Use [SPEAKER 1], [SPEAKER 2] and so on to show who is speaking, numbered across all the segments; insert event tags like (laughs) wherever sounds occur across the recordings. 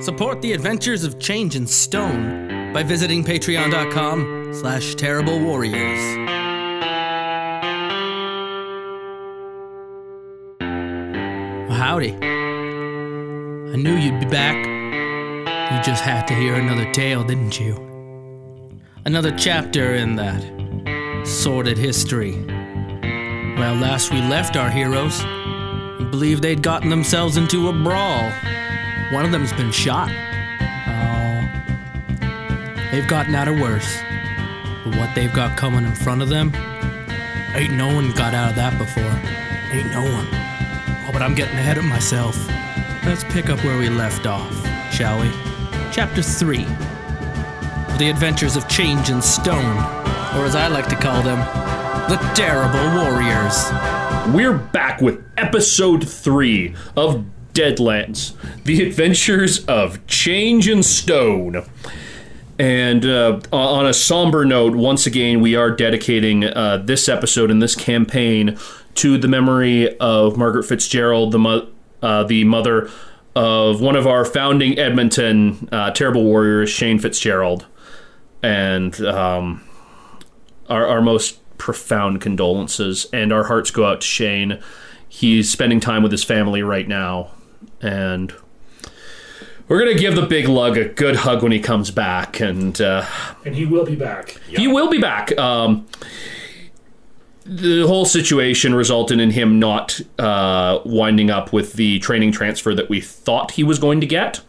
[SPEAKER 1] Support the adventures of Change and Stone by visiting patreon.com slash terrible warriors. Howdy. I knew you'd be back. You just had to hear another tale, didn't you? Another chapter in that sordid history. Well, last we left our heroes, we believed they'd gotten themselves into a brawl. One of them's been shot. Oh, they've gotten out of worse. But what they've got coming in front of them, ain't no one got out of that before. Ain't no one. Oh, but I'm getting ahead of myself. Let's pick up where we left off, shall we? Chapter 3 of The Adventures of Change and Stone, or as I like to call them, The Terrible Warriors.
[SPEAKER 2] We're back with episode three of Deadlands The Adventures of Change and Stone. And uh, on a somber note, once again, we are dedicating uh, this episode and this campaign to the memory of Margaret Fitzgerald, the, mo- uh, the mother of one of our founding Edmonton uh, terrible warriors, Shane Fitzgerald. And um, our, our most profound condolences and our hearts go out to Shane. He's spending time with his family right now and we're going to give the big lug a good hug when he comes back and uh,
[SPEAKER 3] and he will be back.
[SPEAKER 2] he will be back. Um, the whole situation resulted in him not uh, winding up with the training transfer that we thought he was going to get.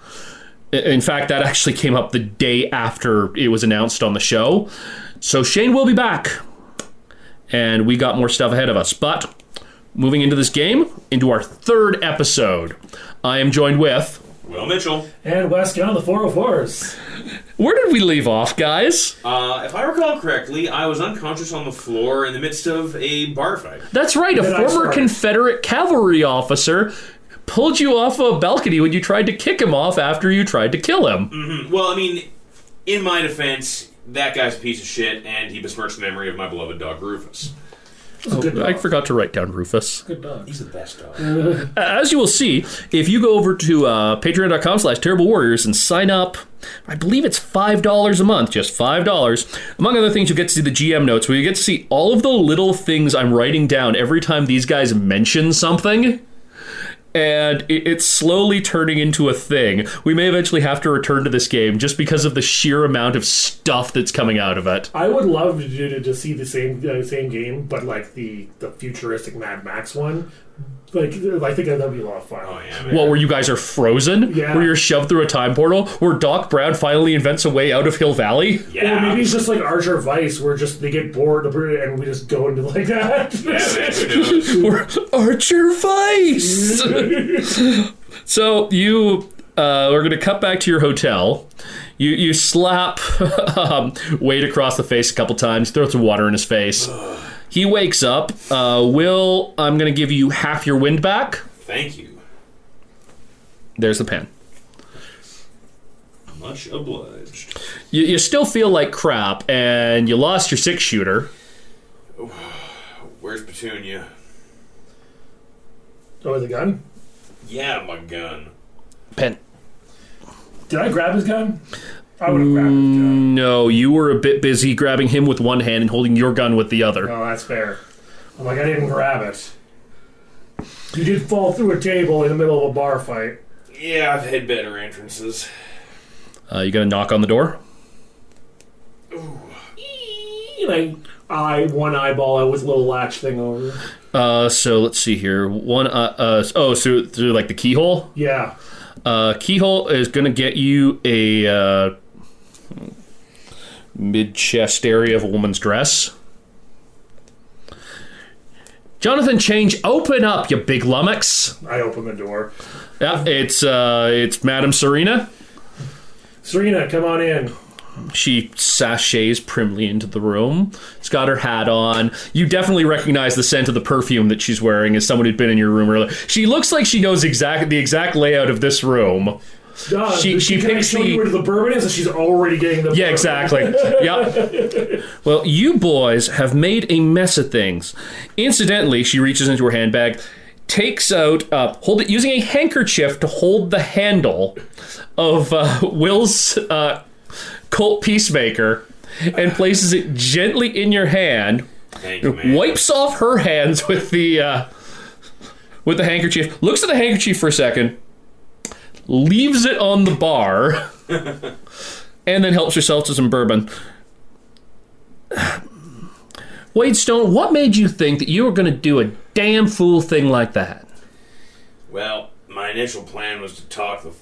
[SPEAKER 2] I- In fact, that actually came up the day after it was announced on the show. So Shane will be back. And we got more stuff ahead of us. But moving into this game, into our third episode, I am joined with.
[SPEAKER 4] Will Mitchell.
[SPEAKER 3] And West Gun on the 404s.
[SPEAKER 2] Where did we leave off, guys?
[SPEAKER 4] Uh, if I recall correctly, I was unconscious on the floor in the midst of a bar fight.
[SPEAKER 2] That's right, a
[SPEAKER 3] Did I
[SPEAKER 2] former
[SPEAKER 3] start?
[SPEAKER 2] Confederate cavalry officer pulled you off a balcony when you tried to kick him off after you tried to kill
[SPEAKER 3] Mm-hmm.
[SPEAKER 2] him.
[SPEAKER 4] Well, I mean, in my defense, that guy's a piece of shit, and he besmirched the memory of my beloved dog Rufus.
[SPEAKER 3] It's a good
[SPEAKER 2] I
[SPEAKER 4] Oh,
[SPEAKER 3] dog.
[SPEAKER 2] forgot to write down Rufus.
[SPEAKER 3] Good dog.
[SPEAKER 4] He's the best dog.
[SPEAKER 2] As you will see, if you go over to uh, patreon.com slash terrible warriors and sign up, I believe it's $5 a month, just $5. Among other things, you get to see the GM notes where you get to see all of the little things I'm writing down every time these guys mention something. and it, it's slowly turning into a thing. We may eventually have to return to this game just because of the sheer amount of stuff that's coming out of it.
[SPEAKER 3] I would love to, do, to see the same uh, same game, but like the, the futuristic Mad Max one. Like I think that would be a lot of fun.
[SPEAKER 4] Oh, yeah, man.
[SPEAKER 2] What, where you guys are frozen?
[SPEAKER 3] Yeah.
[SPEAKER 2] Where you're shoved through a time portal? Where Doc Brown finally invents a way out of Hill Valley?
[SPEAKER 4] yeah.
[SPEAKER 3] Or maybe it's just like Archer Vice, where just they get bored and we just go into like that. (laughs)
[SPEAKER 4] Yeah, man, who knows?
[SPEAKER 2] Or Archer Vice! (laughs) so you uh, are going to cut back to your hotel. You, you slap (laughs) um, Wade across the face a couple times, throw some water in his face. He wakes up. Uh, Will, I'm going to give you half your wind back.
[SPEAKER 4] Thank you.
[SPEAKER 2] There's the pen.
[SPEAKER 4] Much obliged.
[SPEAKER 2] You, you still feel like crap, and you lost your six shooter.
[SPEAKER 4] Where's Petunia?
[SPEAKER 3] oh, the gun?
[SPEAKER 4] Yeah, my gun.
[SPEAKER 2] Pen.
[SPEAKER 3] Did I grab his gun? I would have grabbed his
[SPEAKER 4] Mm.
[SPEAKER 3] gun.
[SPEAKER 2] No, you were a bit busy grabbing him with one hand and holding your gun with the other.
[SPEAKER 3] Oh, that's fair. I'm like I didn't grab it. You did fall through a table in the middle of a bar fight.
[SPEAKER 4] Yeah, I've had better entrances.
[SPEAKER 2] Uh, you gonna knock on the door?
[SPEAKER 3] And I eye one eyeball out with little latch thing over.
[SPEAKER 2] Uh, so let's see here. One. Uh, uh, oh, so through like the keyhole.
[SPEAKER 3] Yeah.
[SPEAKER 2] Uh, keyhole is gonna get you a uh, mid chest area of a woman's dress. Jonathan, change. Open up, you big lummox.
[SPEAKER 3] I open the door.
[SPEAKER 2] Yeah, it's uh, it's Madame Serena.
[SPEAKER 3] Serena, come on in.
[SPEAKER 2] She sashays primly into the room. She's got her hat on. You definitely recognize the scent of the perfume that she's wearing as someone who'd been in your room earlier. She looks like she knows exact the exact layout of this room.
[SPEAKER 3] Duh,
[SPEAKER 2] She- she
[SPEAKER 3] kinda
[SPEAKER 2] picks
[SPEAKER 3] showed
[SPEAKER 2] the-
[SPEAKER 3] you where the bourbon is, and she's already getting the.
[SPEAKER 2] Yeah,
[SPEAKER 3] bourbon.
[SPEAKER 2] exactly. yep. Well, you boys have made a mess of things. Incidentally, she reaches into her handbag. takes out, uh, hold it using a handkerchief to hold the handle of uh, Will's uh, Colt Peacemaker and places it gently in your hand.
[SPEAKER 4] Thank you, man.
[SPEAKER 2] Wipes off her hands (laughs) with the uh, with the handkerchief. Looks at the handkerchief for a second, leaves it on the bar, and then helps herself to some bourbon. Wade Stone, what made you think that you were going to do a damn fool thing like that?
[SPEAKER 4] Well, my initial plan was to talk the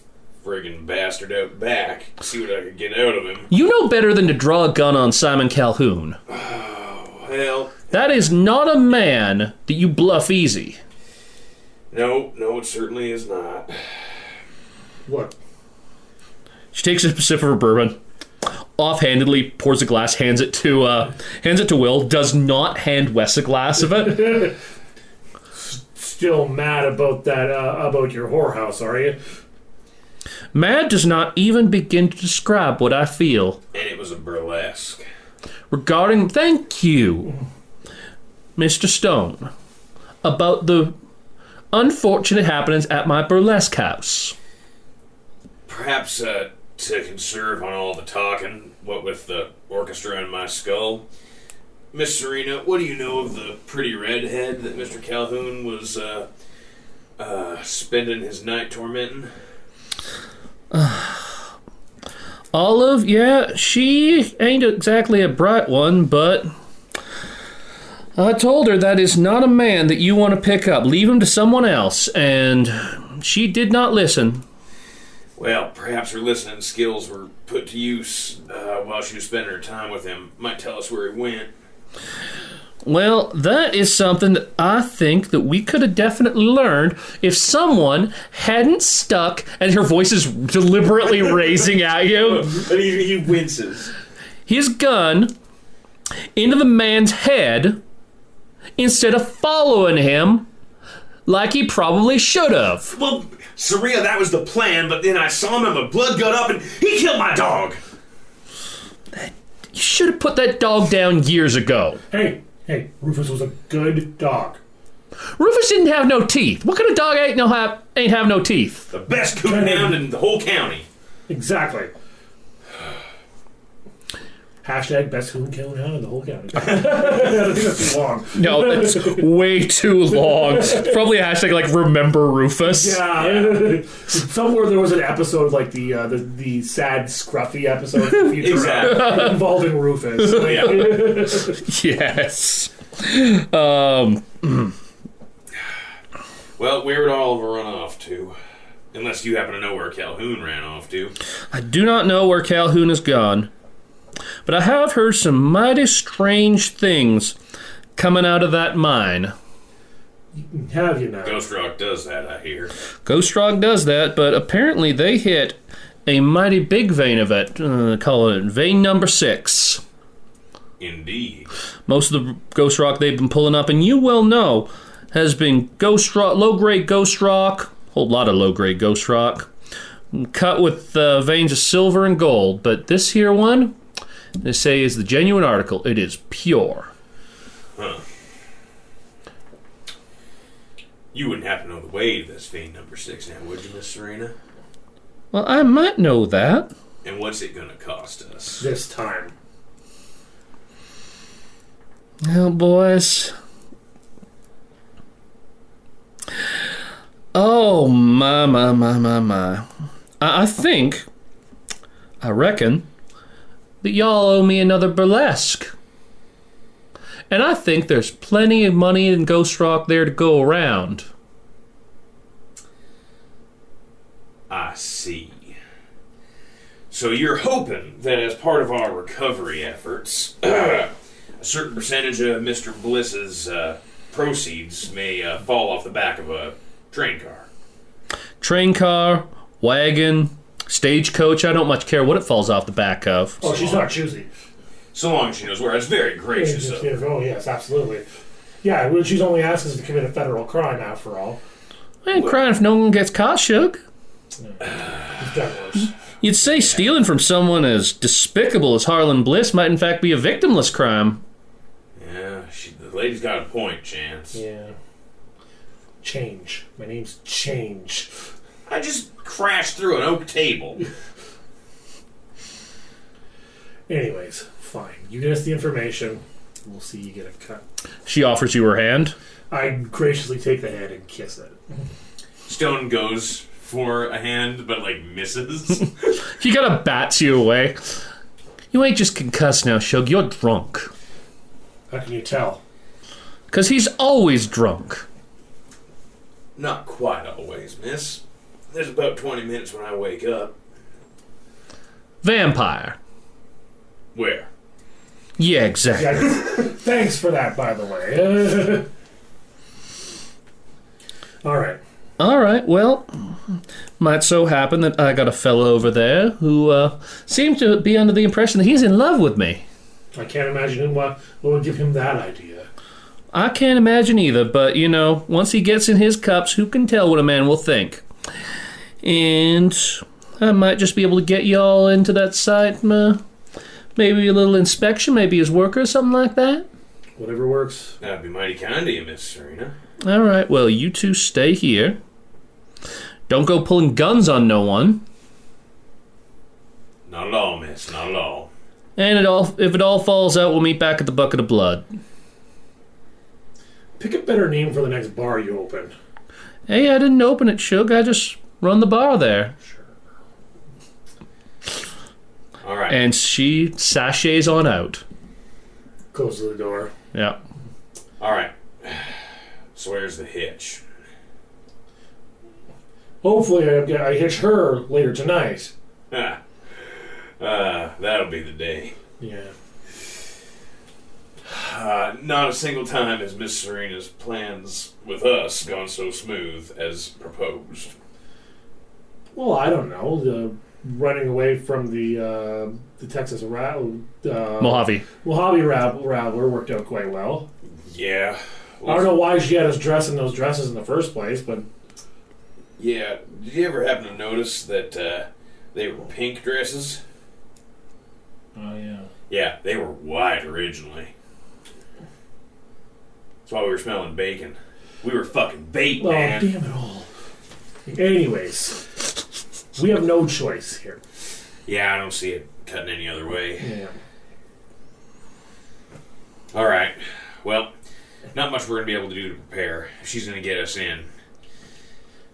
[SPEAKER 4] friggin' bastard out back, see what I could get out of him.
[SPEAKER 2] You know better than to draw a gun on Simon Calhoun.
[SPEAKER 4] Well,
[SPEAKER 2] That is not a man that you bluff easy.
[SPEAKER 4] no, no, it certainly is not.
[SPEAKER 3] Look,
[SPEAKER 2] She takes a sip of her bourbon, offhandedly pours a glass, hands it to uh, hands it to Will. Does not hand Wes a glass of it.
[SPEAKER 3] still mad about that uh, about your whorehouse, are you?
[SPEAKER 2] Mad does not even begin to describe what I feel
[SPEAKER 4] And it was a burlesque.
[SPEAKER 2] regarding. Thank you, Mister Stone, about the unfortunate happenings at my burlesque house.
[SPEAKER 4] Perhaps uh, to conserve on all the talking, what with the orchestra in my skull. Miss Serena, what do you know of the pretty redhead that Mr. Calhoun was uh, uh, spending his night tormenting?
[SPEAKER 2] Olive, yeah, she ain't exactly a bright one, but I told her that is not a man that you want to pick up. Leave him to someone else, and she did not listen.
[SPEAKER 4] Well, perhaps her listening skills were put to use uh, while she was spending her time with him. Might tell us where he went.
[SPEAKER 2] Well, that is something that I think that we could have definitely learned if someone hadn't stuck and her voice is deliberately raising at you.
[SPEAKER 4] And he, he winces.
[SPEAKER 2] his gun into the man's head instead of following him like he probably should have.
[SPEAKER 4] Well, Saria, that was the plan, but then I saw him and my blood got up and he killed my dog.
[SPEAKER 2] You should have put that dog down years ago.
[SPEAKER 3] Hey, hey, Rufus was a good dog.
[SPEAKER 2] Rufus didn't have no teeth. What kind of dog ain't no have ain't have no teeth?
[SPEAKER 4] The best coot hound in the whole county.
[SPEAKER 3] Exactly. (sighs) Hashtag best coon killing hound in the whole county. (laughs) I think that's too long.
[SPEAKER 2] No, that's way too long. Probably a hashtag like remember Rufus.
[SPEAKER 3] Yeah. Somewhere there was an episode like the uh, the, the sad scruffy episode for future uh,
[SPEAKER 4] Exactly.
[SPEAKER 3] involving Rufus. Like, (laughs)
[SPEAKER 2] Yes. Um,
[SPEAKER 4] Well, where would Oliver run off to? Unless you happen to know where Calhoun ran off to.
[SPEAKER 2] I do not know where Calhoun has gone, but I have heard some mighty strange things coming out of that mine.
[SPEAKER 3] Have you now?
[SPEAKER 4] Ghost Rock does that, I hear.
[SPEAKER 2] Ghost Rock does that, but apparently they hit a mighty big vein of it. Uh, call it vein number six.
[SPEAKER 4] Indeed.
[SPEAKER 2] Most of the ghost rock they've been pulling up, and you well know, has been ghost rock, low grade ghost rock, whole lot of low grade ghost rock, cut with uh, veins of silver and gold. But this here one, they say is the genuine article. It is pure.
[SPEAKER 4] You wouldn't happen to know the way to this vein number six now, would you, Miss Serena?
[SPEAKER 2] Well, I might know that.
[SPEAKER 4] And what's it gonna cost us?
[SPEAKER 3] This time.
[SPEAKER 2] Now, boys. Oh, my, my, my, my, my. I, I think, I reckon, that y'all owe me another burlesque. And I think there's plenty of money in Ghost Rock there to go around.
[SPEAKER 4] I see. So you're hoping that as part of our recovery efforts, (clears throat) a certain percentage of Mr. Bliss's uh, proceeds may uh, fall off the back of a train car.
[SPEAKER 2] Train car, wagon, stagecoach, I don't much care what it falls off the back of.
[SPEAKER 3] Oh, she's not choosy.
[SPEAKER 4] So long as she knows where. It's very gracious of her.
[SPEAKER 3] Oh, yes, absolutely. Yeah, well, she's only asked us to commit a federal crime after all.
[SPEAKER 2] I ain't crying if no one gets caught, Shug.
[SPEAKER 3] It's done (sighs) worse.
[SPEAKER 2] You'd say stealing from someone as despicable as Harlan Bliss might in fact be a victimless crime.
[SPEAKER 4] Yeah, she, the lady's got a point, Chance.
[SPEAKER 3] Yeah. Change. My name's Change.
[SPEAKER 4] I just crashed through an oak table.
[SPEAKER 3] Anyways, fine. You get us the information. We'll see you get a cut.
[SPEAKER 2] She offers you her hand.
[SPEAKER 3] I graciously take the hand and kiss it.
[SPEAKER 4] Stone goes for a hand, but like misses.
[SPEAKER 2] He kind of bats you away. You ain't just concussed now, Shug. You're drunk.
[SPEAKER 3] How can you tell?
[SPEAKER 2] Because he's always drunk.
[SPEAKER 4] Not quite always, miss. There's about 20 minutes when I wake up.
[SPEAKER 2] Vampire.
[SPEAKER 4] Where?
[SPEAKER 2] Yeah, exactly.
[SPEAKER 3] Yeah, (laughs) thanks for that, by the way. (laughs) All right.
[SPEAKER 2] All right, well, might so happen that I got a fella over there who uh, seems to be under the impression that he's in love with me.
[SPEAKER 3] I can't imagine him what, what would give him that idea.
[SPEAKER 2] I can't imagine either, but you know, once he gets in his cups, who can tell what a man will think? And I might just be able to get y'all into that site, uh, maybe a little inspection, maybe his worker or something like that.
[SPEAKER 3] Whatever works.
[SPEAKER 4] That'd be mighty kind of you, Miss Serena.
[SPEAKER 2] All right, well, you two stay here. Don't go pulling guns on no one.
[SPEAKER 4] Not at all, miss. Not at all.
[SPEAKER 2] And it all if it all falls out, we'll meet back at the bucket of blood.
[SPEAKER 3] Pick a better name for the next bar you open.
[SPEAKER 2] Hey, I didn't open it, Shug. I just run the bar there.
[SPEAKER 4] All right.
[SPEAKER 2] And she sachets on out.
[SPEAKER 3] Goes to the door.
[SPEAKER 2] Yeah.
[SPEAKER 4] all right. (sighs) So where's the hitch? (sighs)
[SPEAKER 3] Hopefully, I, get- I hitch her later tonight.
[SPEAKER 4] Ah. Uh, that'll be the day.
[SPEAKER 3] Yeah.
[SPEAKER 4] Uh, not a single time has Miss Serena's plans with us gone so smooth as proposed.
[SPEAKER 3] Well, I don't know. The running away from the uh, the Texas ra- uh,
[SPEAKER 2] Mojave.
[SPEAKER 3] Mojave rab- rattler worked out quite well.
[SPEAKER 4] Yeah.
[SPEAKER 3] I don't know why she had us dress in those dresses in the first place, but
[SPEAKER 4] Yeah. Did you ever happen to notice that uh, they were pink dresses?
[SPEAKER 3] oh yeah,
[SPEAKER 4] Yeah, they were wide originally. That's why we were smelling bacon. We were fucking bait,
[SPEAKER 3] well,
[SPEAKER 4] man.
[SPEAKER 3] damn it all. Anyways, we have no choice here.
[SPEAKER 4] Yeah, I don't see it cutting any other way.
[SPEAKER 3] Yeah.
[SPEAKER 4] All right. Well, not much we're gonna be able to do to prepare. She's gonna get us in.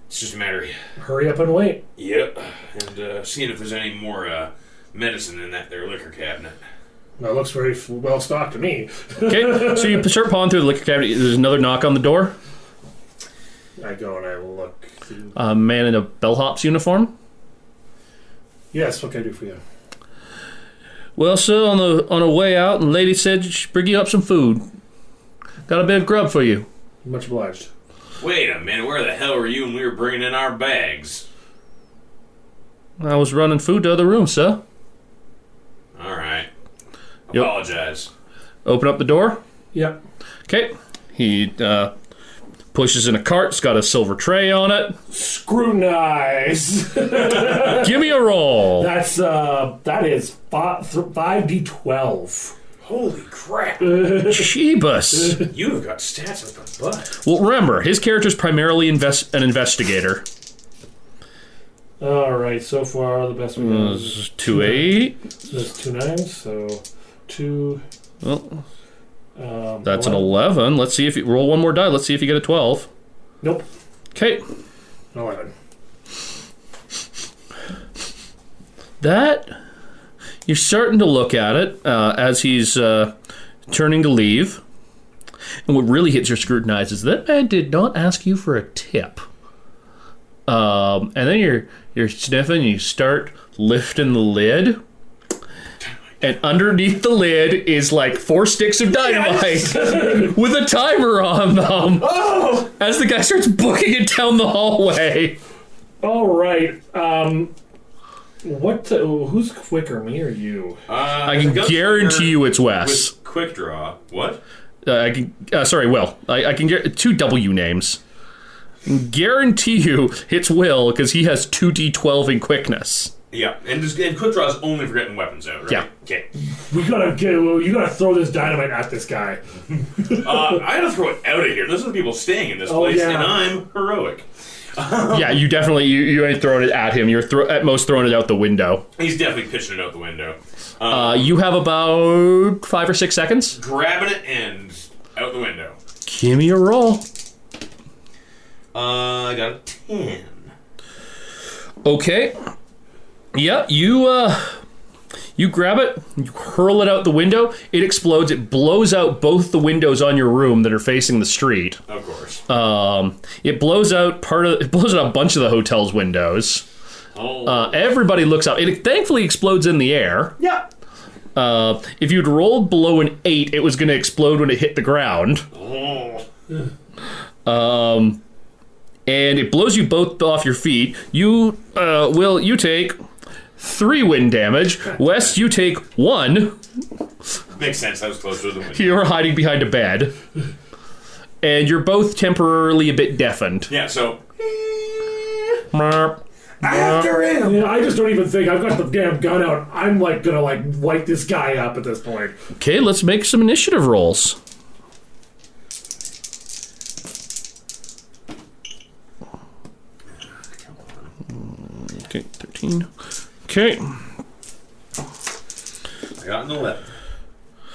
[SPEAKER 4] It's just a matter of
[SPEAKER 3] Hurry up and wait.
[SPEAKER 4] yep, and uh, seeing if there's any more uh, medicine in that there liquor cabinet.
[SPEAKER 3] That looks very f- well stocked to me. (laughs)
[SPEAKER 2] Okay, so you start pawing through the liquor cabinet. There's another knock on the door.
[SPEAKER 3] I go and I look.
[SPEAKER 2] A man in a bellhop's uniform.
[SPEAKER 3] Yes, what can I do for you?
[SPEAKER 2] Well, sir, on the on her way out, the lady said she bring you up some food. Got a bit of grub for you.
[SPEAKER 3] Much obliged.
[SPEAKER 4] Wait a minute, where the hell were you when we were bringing in our bags?
[SPEAKER 2] I was running food to other room, sir.
[SPEAKER 4] All right. Apologize.
[SPEAKER 2] Open up the door.
[SPEAKER 3] Yep.
[SPEAKER 2] Okay. He uh, pushes in a cart. It's got a silver tray on it.
[SPEAKER 3] Scrutinize.
[SPEAKER 2] Give me a roll.
[SPEAKER 3] (laughs) That's uh, that is five d twelve.
[SPEAKER 4] Holy crap!
[SPEAKER 2] Jeebus.
[SPEAKER 4] You have got stats up the butt.
[SPEAKER 2] well, remember, his character's primarily invest- an investigator.
[SPEAKER 3] All right. So far, the best we got is
[SPEAKER 2] This is Two eight.
[SPEAKER 3] That's two nines, so two.
[SPEAKER 2] Well,
[SPEAKER 3] Um,
[SPEAKER 2] that's an
[SPEAKER 3] eleven.
[SPEAKER 2] eleven. Let's see if you roll one more die. Let's see if you get a twelve.
[SPEAKER 3] Nope,
[SPEAKER 2] Okay,
[SPEAKER 3] an eleven.
[SPEAKER 2] that you're starting to look at it uh, as he's uh, turning to leave. And what really hits your scrutiny is that man did not ask you for a tip. Um, and then you're you're sniffing. You start lifting the lid. And underneath the lid is like four sticks of dynamite (laughs) with a timer on them. As the guy starts booking it down the hallway.
[SPEAKER 3] All right. Um, what? The, who's quicker, me or you?
[SPEAKER 4] Uh, I
[SPEAKER 2] I can guarantee you it's Wes.
[SPEAKER 4] With quick draw. What?
[SPEAKER 2] uh, I can, uh, sorry, Will. I, I can get two W names. Guarantee you it's Will because he has 2d12 in quickness.
[SPEAKER 4] Yeah, and, this, and quick draw is only for getting weapons out, right?
[SPEAKER 2] Yeah.
[SPEAKER 4] Okay.
[SPEAKER 3] We gotta get. Well, you gotta throw this dynamite at this guy.
[SPEAKER 4] Uh, I gotta throw it out of here. There's other people staying in this
[SPEAKER 3] Oh,
[SPEAKER 4] place,
[SPEAKER 3] yeah.
[SPEAKER 4] and I'm heroic.
[SPEAKER 2] yeah, you definitely you, you ain't throwing it at him. You're thro- at most throwing it out the window.
[SPEAKER 4] He's definitely pitching it out the window.
[SPEAKER 2] Uh, you have about five or six seconds.
[SPEAKER 4] Grabbing it and out the window.
[SPEAKER 2] Give me a roll.
[SPEAKER 4] Uh, I got a 10.
[SPEAKER 2] Okay. Yeah, you uh you grab it, you hurl it out the window, it explodes, it blows out both the windows on your room that are facing the street.
[SPEAKER 4] Of course.
[SPEAKER 2] Um it blows out part of it blows out a bunch of the hotel's windows.
[SPEAKER 4] oh.
[SPEAKER 2] Uh, everybody looks up. It thankfully explodes in the air.
[SPEAKER 4] yeah.
[SPEAKER 2] Uh, if you'd rolled below an eight, it was going to explode when it hit the ground.
[SPEAKER 4] Oh.
[SPEAKER 2] and it blows you both off your feet. You, uh, Will, you take three wind damage. Wes, you take one.
[SPEAKER 4] Makes sense. I was closer to the window.
[SPEAKER 2] You're hiding behind a bed. And you're both temporarily a bit deafened.
[SPEAKER 4] Yeah, so.
[SPEAKER 2] Merp.
[SPEAKER 4] After him!
[SPEAKER 3] Yeah, I just don't even think I've got the damn gun out. I'm like gonna like wipe this guy up at this point.
[SPEAKER 2] Okay, let's make some initiative rolls. Okay, 13. Okay.
[SPEAKER 4] I got an 11.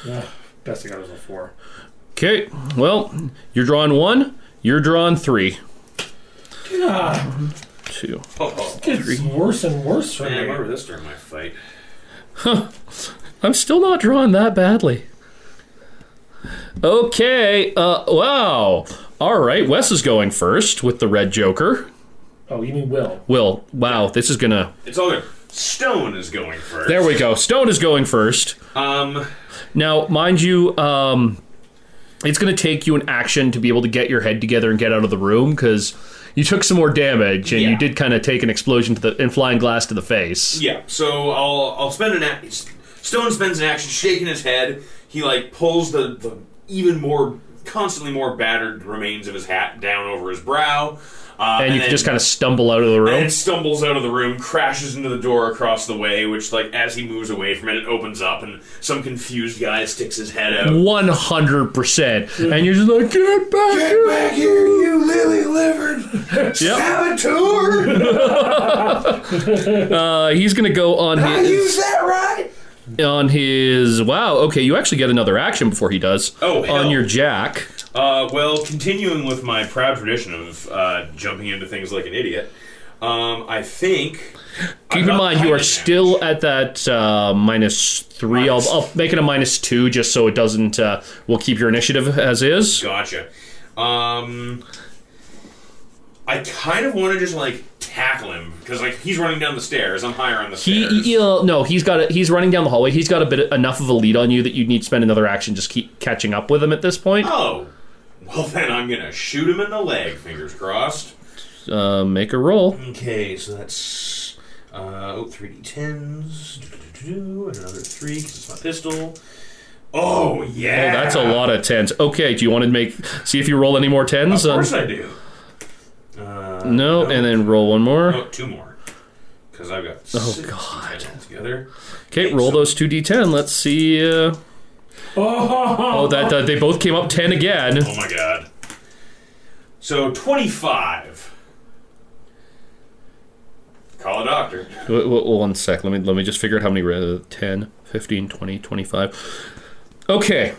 [SPEAKER 3] Ugh, best thing I was a four.
[SPEAKER 2] Okay, well, you're drawing one, you're drawing three.
[SPEAKER 3] Yeah,
[SPEAKER 2] Two.
[SPEAKER 4] Oh, oh.
[SPEAKER 3] it's worse and worse for
[SPEAKER 4] Man, I remember
[SPEAKER 3] me.
[SPEAKER 4] this during my fight.
[SPEAKER 2] I'm still not drawing that badly. Okay, uh, wow. All right, Wes is going first with the red joker.
[SPEAKER 3] Oh, you mean Will?
[SPEAKER 2] Will, wow, this is gonna.
[SPEAKER 4] It's all good. Stone is going first.
[SPEAKER 2] There we go. Stone is going first.
[SPEAKER 4] Um,
[SPEAKER 2] Now, mind you, um, it's going to take you an action to be able to get your head together and get out of the room because you took some more damage and
[SPEAKER 4] Yeah.
[SPEAKER 2] you did kind of take an explosion to the and flying glass to the face.
[SPEAKER 4] yeah, so I'll I'll spend an action. Stone spends an action shaking his head. He, like, pulls the, the even more, constantly more battered remains of his hat down over his brow. Uh,
[SPEAKER 2] And you
[SPEAKER 4] then-
[SPEAKER 2] just kind of stumble out of the room.
[SPEAKER 4] and stumbles out of the room, crashes into the door across the way, which, like, as he moves away from it, it opens up, and some confused guy sticks his head out.
[SPEAKER 2] One hundred percent, and you're just like, get back here!
[SPEAKER 4] back here, you lily
[SPEAKER 2] (laughs)
[SPEAKER 4] livered saboteur!
[SPEAKER 2] Uh, he's gonna go on (laughs) his
[SPEAKER 4] that right?
[SPEAKER 2] on his. Wow, okay, you actually get another action before he does.
[SPEAKER 4] Oh, hell.
[SPEAKER 2] on your jack.
[SPEAKER 4] Uh, well, continuing with my proud tradition of uh, jumping into things like an idiot, um, I think.
[SPEAKER 2] Keep in mind, you are still at that uh, minus three. I'll,
[SPEAKER 4] Minus-
[SPEAKER 2] I'll make it a minus two just so it doesn't. Uh, we'll keep your initiative as is.
[SPEAKER 4] Gotcha. Um, I kind of want to just like tackle him because like he's running down the stairs. I'm higher on the
[SPEAKER 2] He,
[SPEAKER 4] stairs.
[SPEAKER 2] he- he'll- no, he's got. A, he's running down the hallway. He's got a bit enough of a lead on you that you need to spend another action just keep catching up with him at this point.
[SPEAKER 4] Oh, well then I'm gonna shoot him in the leg. Fingers crossed.
[SPEAKER 2] Uh, make a roll.
[SPEAKER 4] Okay, so that's uh, oh, 3d10s, doo-doo-doo-doo, and another three because it's my pistol. Oh yeah,
[SPEAKER 2] Oh, that's a lot of tens. Okay, do you want to make see if you roll any more tens?
[SPEAKER 4] Of course
[SPEAKER 2] Um,
[SPEAKER 4] I do. Uh,
[SPEAKER 2] no, and then roll one more.
[SPEAKER 4] oh, two more because I've got.
[SPEAKER 2] Oh,
[SPEAKER 4] six
[SPEAKER 2] God.
[SPEAKER 4] d10s Together.
[SPEAKER 2] Okay, roll those two d10. Let's see. Uh,
[SPEAKER 4] (laughs)
[SPEAKER 2] oh, that uh, they both came up ten again.
[SPEAKER 4] Oh my god. So 25. Call a doctor.
[SPEAKER 2] Wait, wait, one sec. Let me let me just figure out how many. Re- 10, 15, 20, 25. Okay.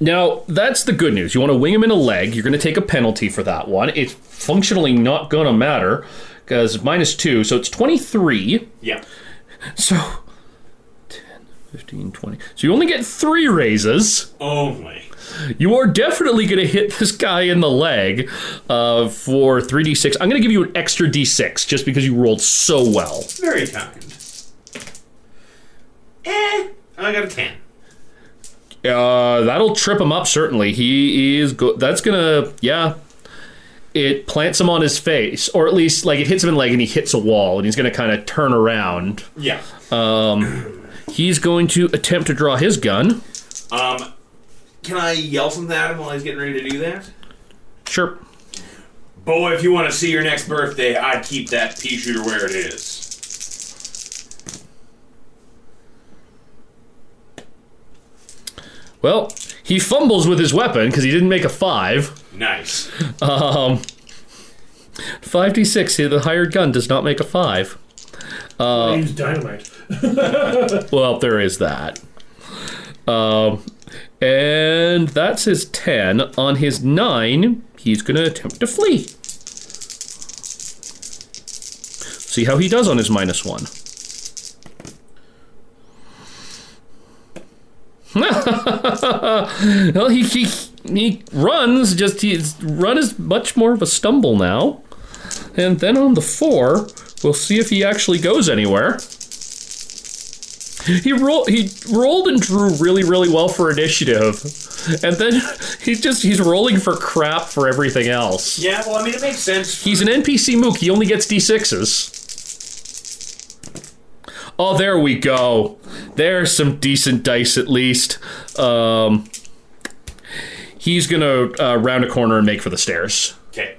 [SPEAKER 2] Now that's the good news. You want to wing him in a leg. You're going to take a penalty for that one. It's functionally not going to matter because minus two, so it's 23.
[SPEAKER 4] Yeah.
[SPEAKER 2] So 10, 15, 20. So you only get three raises.
[SPEAKER 4] Only.
[SPEAKER 2] You are definitely going to hit this guy in the leg uh, for 3d6. I'm going to give you an extra d6 just because you rolled so well.
[SPEAKER 4] Very kind. Eh. I got a 10.
[SPEAKER 2] Uh, that'll trip him up certainly. He is go- that's gonna yeah. It plants him on his face, or at least like it hits him in the leg, and he hits a wall, and he's gonna kind of turn around.
[SPEAKER 4] Yeah.
[SPEAKER 2] He's going to attempt to draw his gun.
[SPEAKER 4] Um, can I yell something at him while he's getting ready to do that?
[SPEAKER 2] Sure.
[SPEAKER 4] Boy, if you want to see your next birthday, I'd keep that pea shooter where it is.
[SPEAKER 2] Well, he fumbles with his weapon because he didn't make a five.
[SPEAKER 4] Nice.
[SPEAKER 2] Um, 5d6, see, the hired gun does not make a five.
[SPEAKER 3] I use dynamite. (laughs)
[SPEAKER 2] Well, there is that. Um, and that's his 10. On his 9, he's going to attempt to flee. See how he does on his minus 1. (laughs) well, he, he, he runs, just his run is much more of a stumble now. And then on the 4, we'll see if he actually goes anywhere. He rolled. He rolled and drew really, really well for initiative, and then (laughs) he just he's rolling for crap for everything else.
[SPEAKER 4] Yeah, well, I mean, it makes sense.
[SPEAKER 2] He's an NPC mook. He only gets d sixes. Oh, there we go. There's some decent dice at least. Um, he's gonna uh, round a corner and make for the stairs.
[SPEAKER 4] Okay.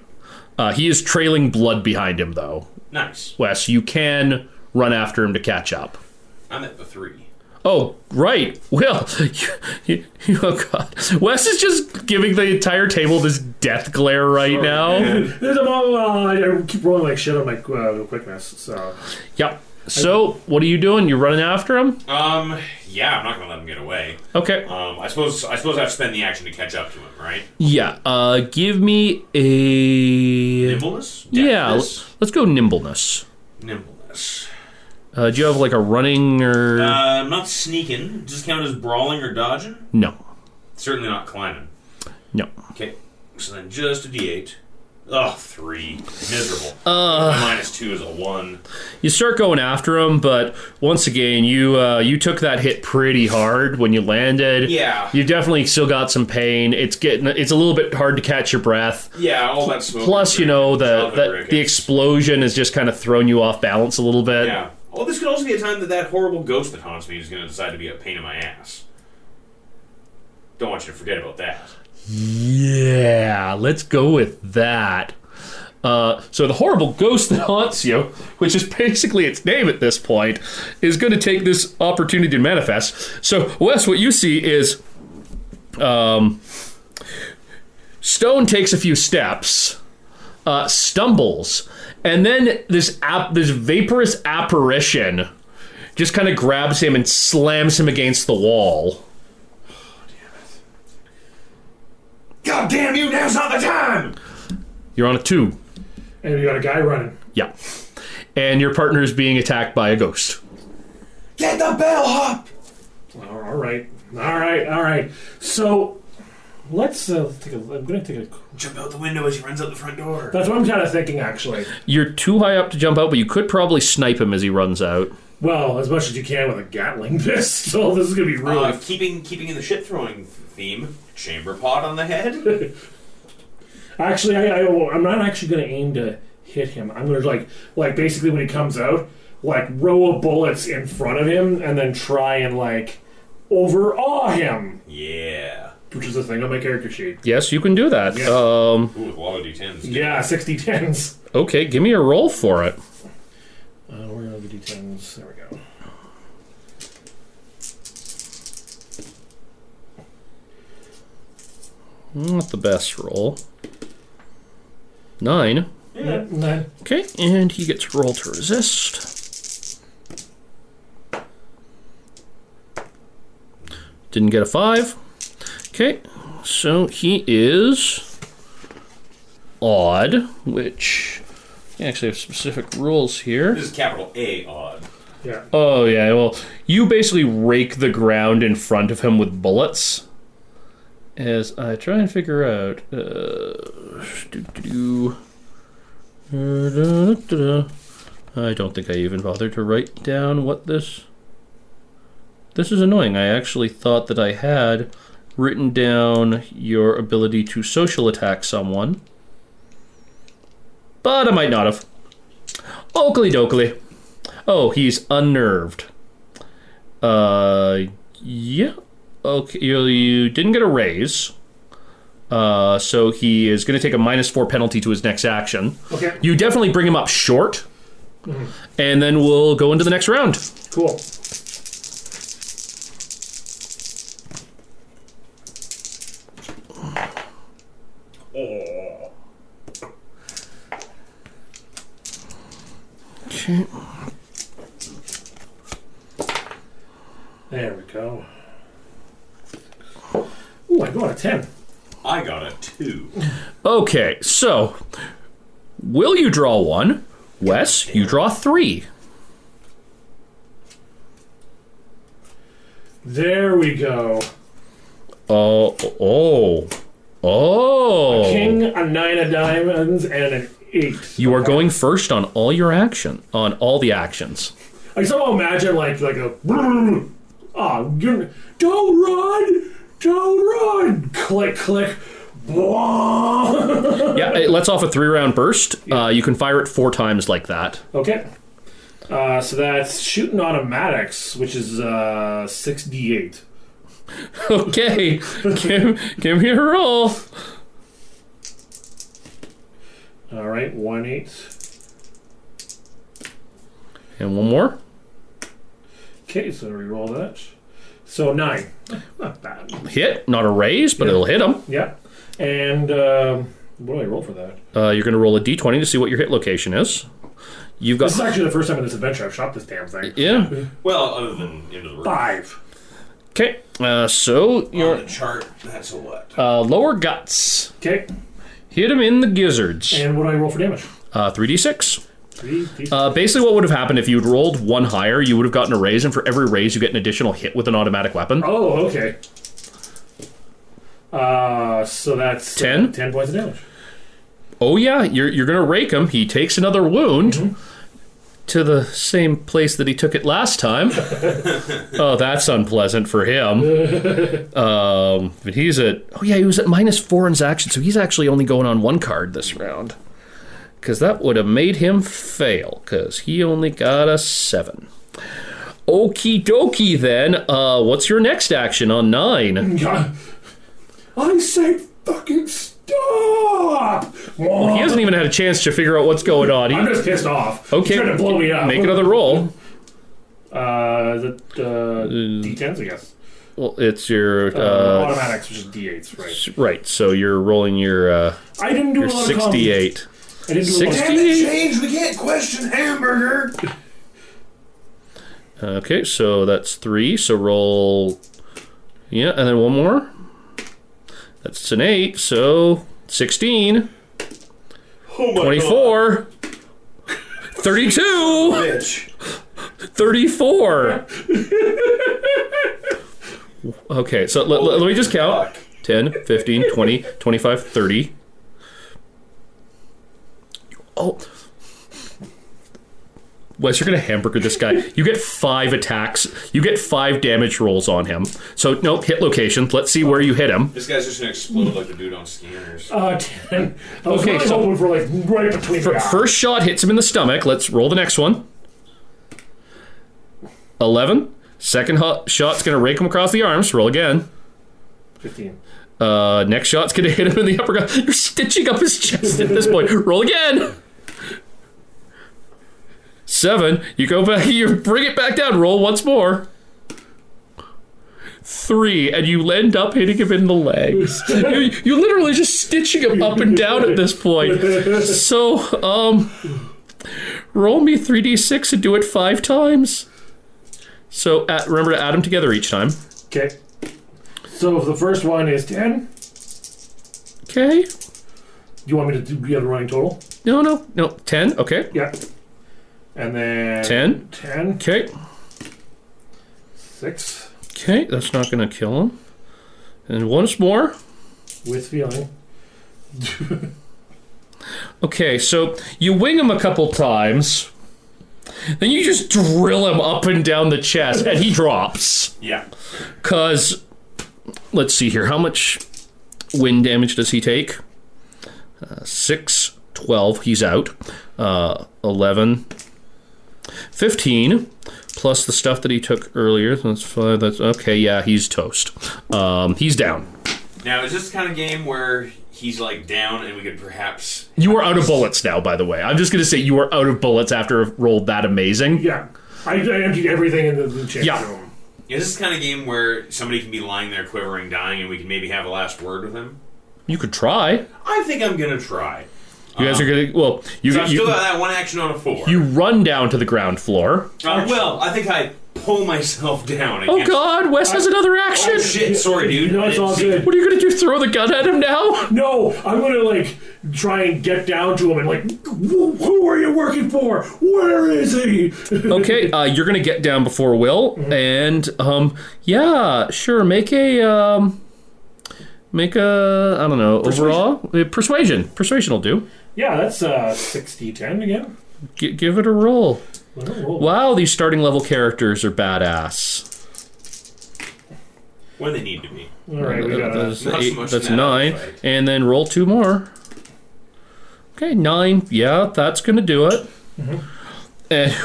[SPEAKER 2] Uh, he is trailing blood behind him, though.
[SPEAKER 4] Nice.
[SPEAKER 2] Wes, you can run after him to catch up.
[SPEAKER 4] I'm at the three.
[SPEAKER 2] Oh, right. (laughs) Well, you, you, you- oh god. Wes is just giving the entire table this death glare right now.
[SPEAKER 3] There's a moment I keep rolling like shit on my uh, quickness. So
[SPEAKER 2] Yep. So, what are you doing? You're running after him?
[SPEAKER 4] Um, yeah, I'm not gonna let him get away.
[SPEAKER 2] Okay.
[SPEAKER 4] Um, I suppose I suppose I have to spend the action to catch up to him, right?
[SPEAKER 2] Yeah. Uh, give me a.
[SPEAKER 4] Nimbleness.
[SPEAKER 2] Yeah. l-
[SPEAKER 4] Deftness?
[SPEAKER 2] Let's go nimbleness.
[SPEAKER 4] Nimbleness.
[SPEAKER 2] Uh, do you have like a running or
[SPEAKER 4] Uh, I'm not sneaking. Does this count as brawling or dodging?
[SPEAKER 2] no?
[SPEAKER 4] Certainly not climbing.
[SPEAKER 2] No.
[SPEAKER 4] Okay. So then just a D8. Oh, three. Miserable. Uh, My minus two is a one.
[SPEAKER 2] You start going after him, but once again, you uh, you took that hit pretty hard when you landed.
[SPEAKER 4] Yeah.
[SPEAKER 2] You definitely still got some pain. It's getting it's a little bit hard to catch your breath.
[SPEAKER 4] Yeah, all that smoke.
[SPEAKER 2] Plus, you know the
[SPEAKER 4] Childhood
[SPEAKER 2] the,
[SPEAKER 4] rickets.
[SPEAKER 2] the explosion has just kind of thrown you off balance a little bit.
[SPEAKER 4] Yeah. Well, this could also be a time that that horrible ghost that haunts me is going to decide to be a pain in my ass. Don't want you to forget about that.
[SPEAKER 2] Yeah, let's go with that. Uh, so the horrible ghost that haunts you, which is basically its name at this point, is going to take this opportunity to manifest. So Wes, what you see is, um, Stone takes a few steps, uh, stumbles, and then this ap- this vaporous apparition just kind of grabs him and slams him against the wall.
[SPEAKER 4] God damn you! Now's not the time.
[SPEAKER 2] You're on a two.
[SPEAKER 3] and we got a guy running.
[SPEAKER 2] Yeah. And your partner is being attacked by a ghost.
[SPEAKER 4] Get the bell up.
[SPEAKER 3] All right, all right, all right. So let's uh, take a. I'm gonna take a.
[SPEAKER 4] Jump out the window as he runs out the front door.
[SPEAKER 3] That's what I'm kind of thinking, actually.
[SPEAKER 2] You're too high up to jump out, but you could probably snipe him as he runs out.
[SPEAKER 3] Well, as much as you can with a Gatling (laughs) pistol. This is gonna be really.
[SPEAKER 4] Uh, keeping keeping in the shit throwing theme. Chamber pot on the (laughs) head.
[SPEAKER 3] Actually, I, I I'm not actually gonna aim to hit him. I'm gonna like like basically when he comes out, like row of bullets in front of him, and then try and like overawe him,
[SPEAKER 4] yeah.
[SPEAKER 3] which is a thing on my character sheet.
[SPEAKER 2] Yes, you can do that.
[SPEAKER 3] Yeah.
[SPEAKER 2] Um,
[SPEAKER 4] Ooh, with a lot of d10s.
[SPEAKER 3] Yeah, sixty tens.
[SPEAKER 2] okay, give me a roll for it.
[SPEAKER 3] Uh, where are the d10s? There we go.
[SPEAKER 2] Not the best roll. Nine.
[SPEAKER 3] Yeah, nine.
[SPEAKER 2] Okay, and he gets roll to resist. Didn't get a five. Okay, so he is odd, which I actually have specific rules here.
[SPEAKER 4] This is capital A odd.
[SPEAKER 3] Yeah.
[SPEAKER 2] Oh yeah, well, you basically rake the ground in front of him with bullets. As I try and figure out, uh, doo-doo-doo. Da-da-da-da. I don't think I even bothered to write down what this. This is annoying. I actually thought that I had written down your ability to social attack someone, but I might not have. Oakley dokley. Oh, he's unnerved. Uh, yeah. Okay, you, you didn't get a raise. Uh, so he is going to take a minus four penalty to his next action.
[SPEAKER 3] Okay.
[SPEAKER 2] You definitely bring him up short, and then we'll go into the next round.
[SPEAKER 3] Cool. There we go. Ooh, I got a 10.
[SPEAKER 4] I got a two.
[SPEAKER 2] Okay, so will you draw one? Wes, you draw three.
[SPEAKER 3] There we go.
[SPEAKER 2] Oh, oh, oh!
[SPEAKER 3] King, a 9 of diamonds, and an 8.
[SPEAKER 2] You are going first on all your action, on all the actions.
[SPEAKER 3] I somehow imagine, like, like a. Oh, you're, don't run! Don't run! Click, click. (laughs) Blah.
[SPEAKER 2] Yeah, it lets off a three-round burst. Uh, you can fire it four times like that. (laughs)
[SPEAKER 3] Okay. Uh, so that's shooting automatics, which is uh, 6d8.
[SPEAKER 2] Okay, give, give me a roll.
[SPEAKER 3] All right, 1 8.
[SPEAKER 2] And one more.
[SPEAKER 3] Okay, so reroll that. So 9. Not bad.
[SPEAKER 2] Hit, not a raise, but it'll hit him.
[SPEAKER 3] Yeah. And um, what do I roll for that?
[SPEAKER 2] Uh, you're going to roll a d20 to see what your hit location is. You've got
[SPEAKER 3] This is actually the first time in this adventure I've shot this damn thing.
[SPEAKER 2] (laughs) yeah.
[SPEAKER 4] Well, other than into the room.
[SPEAKER 3] Five.
[SPEAKER 2] Okay, uh, so
[SPEAKER 4] On
[SPEAKER 2] your
[SPEAKER 4] the chart, that's a what?
[SPEAKER 2] uh, lower guts
[SPEAKER 3] Okay.
[SPEAKER 2] hit him in the gizzards.
[SPEAKER 3] And what do I roll for damage?
[SPEAKER 2] Uh, 3d6.
[SPEAKER 3] Three. three-
[SPEAKER 2] Uh, basically, what would have happened if you'd rolled one higher, you would have gotten a raise, and for every raise, you get an additional hit with an automatic weapon.
[SPEAKER 3] oh, okay. Uh, so that's uh,
[SPEAKER 2] 10?
[SPEAKER 3] ten points of damage. (laughs)
[SPEAKER 2] Oh yeah, you're you're gonna rake him. He takes another wound
[SPEAKER 3] Mm-hmm.
[SPEAKER 2] to the same place that he took it last
[SPEAKER 3] (laughs)
[SPEAKER 2] time. oh, that's unpleasant for him. um, but he's at oh yeah, he was at minus four in his action, so he's actually only going on one card this round. Because that would have made him fail, because he only got a seven. Okie dokie then. Uh, what's your next action on nine?
[SPEAKER 3] God. I say fucking stop!
[SPEAKER 2] He hasn't even had a chance to figure out what's going on.
[SPEAKER 3] I'm
[SPEAKER 2] He,
[SPEAKER 3] just pissed off.
[SPEAKER 2] okay,
[SPEAKER 3] He's trying to blow me up.
[SPEAKER 2] make another roll.
[SPEAKER 3] Uh, the uh, D10s, I guess.
[SPEAKER 2] Well, it's your uh,
[SPEAKER 3] Uh, automatics, which is D8s, right?
[SPEAKER 2] right. So you're rolling your uh,
[SPEAKER 3] I didn't do
[SPEAKER 2] your
[SPEAKER 3] a lot of comedy.
[SPEAKER 2] sixty-eight.
[SPEAKER 3] I didn't do a lot of-
[SPEAKER 2] Sixty-
[SPEAKER 4] Damn it, change. We can't question hamburger.
[SPEAKER 2] Okay, so that's three. So roll, yeah, and then one more. That's an eight. So 16,
[SPEAKER 4] Oh my
[SPEAKER 2] 24, 32,
[SPEAKER 4] god, bitch.
[SPEAKER 3] (laughs)
[SPEAKER 2] 34. Okay, so let, let, let me just count.
[SPEAKER 4] Fuck.
[SPEAKER 2] 10, 15, 20, 25, 30. Oh. Wes, you're going to hamburger this guy. You get five attacks. You get five damage rolls on him. So, no, hit location. Let's see where you hit him.
[SPEAKER 4] This guy's just gonna explode like the dude on scanners.
[SPEAKER 3] Uh, 10. I was
[SPEAKER 2] Okay,
[SPEAKER 3] really
[SPEAKER 2] so-
[SPEAKER 3] hoping for like right between the eyes.
[SPEAKER 2] First shot hits him in the stomach. Let's roll the next one. 11. Second hot shot's going to rake him across the arms. Roll again.
[SPEAKER 3] 15.
[SPEAKER 2] Uh, next shot's gonna hit him in the uppercut. (laughs) You're stitching up his chest at this point. Roll again. Seven. You go back. (laughs) You bring it back down. Roll once more. Three, and you end up hitting him in the legs. you, you literally just stitching him up and down at this point. So, um, roll me three d six and do it five times. So, at, remember to add them together each time.
[SPEAKER 3] Okay. So the first one is 10.
[SPEAKER 2] Okay.
[SPEAKER 3] You want me to do the other running total?
[SPEAKER 2] No, no, no. Ten. Okay.
[SPEAKER 3] Yeah. And then.
[SPEAKER 2] 10.
[SPEAKER 3] 10.
[SPEAKER 2] Okay.
[SPEAKER 3] 6.
[SPEAKER 2] Okay, that's not gonna kill him. And once more.
[SPEAKER 3] With feeling.
[SPEAKER 2] Okay, so you wing him a couple times, then you just drill him up and down the chest, and he drops.
[SPEAKER 4] Yeah.
[SPEAKER 2] Cause, let's see here, how much wind damage does he take? Uh, 6, 12, he's out. Uh, 11, 15, plus the stuff that he took earlier. That's five, that's okay, yeah, he's toast. Um, he's down.
[SPEAKER 4] Now is this the kind of game where he's like down and we could perhaps
[SPEAKER 2] You are out of bullets now, by the way. I'm just going to say you are out of bullets after I've rolled that amazing.
[SPEAKER 3] Yeah. I, I emptied everything in the, the chest
[SPEAKER 2] Yeah.
[SPEAKER 3] room.
[SPEAKER 4] is this the kind of game where somebody can be lying there quivering, dying, and we can maybe have a last word with him?
[SPEAKER 2] You could try.
[SPEAKER 4] I think I'm gonna try.
[SPEAKER 2] You guys are gonna. Well, you
[SPEAKER 4] So I've
[SPEAKER 2] you,
[SPEAKER 4] still got that one action on a four.
[SPEAKER 2] you run down to the ground floor.
[SPEAKER 4] Uh, well, I think I pull myself (laughs) down.
[SPEAKER 2] Oh
[SPEAKER 4] against-
[SPEAKER 2] God! Wes has another action.
[SPEAKER 4] Oh, shit! Sorry, dude.
[SPEAKER 3] No,
[SPEAKER 4] I
[SPEAKER 3] it's
[SPEAKER 4] didn't
[SPEAKER 3] all
[SPEAKER 4] see-
[SPEAKER 2] (laughs)
[SPEAKER 3] good.
[SPEAKER 2] What are you gonna do? Throw the gun at him
[SPEAKER 4] (laughs)
[SPEAKER 2] now?
[SPEAKER 3] No, I'm gonna like try and get down to him and like, "Wh- who are you working for? Where is he? (laughs)
[SPEAKER 2] Okay, uh, you're gonna get down before Will,
[SPEAKER 4] Mm-hmm.
[SPEAKER 2] and um, yeah, sure. Make a um, make a I don't know overall uh, persuasion. Persuasion will do.
[SPEAKER 3] yeah, that's uh, 60 10 again.
[SPEAKER 2] G- give it a roll.
[SPEAKER 3] Well, well,
[SPEAKER 2] Wow, these starting level characters are badass.
[SPEAKER 4] When they need to be.
[SPEAKER 3] All right, we got
[SPEAKER 2] (laughs)
[SPEAKER 3] a,
[SPEAKER 2] that's
[SPEAKER 4] Not so
[SPEAKER 2] eight-
[SPEAKER 4] much
[SPEAKER 2] that's
[SPEAKER 4] now,
[SPEAKER 2] nine,
[SPEAKER 4] but-
[SPEAKER 2] and then roll two more. Okay, nine. Yeah, that's gonna do it.
[SPEAKER 3] Mm-hmm.
[SPEAKER 2] And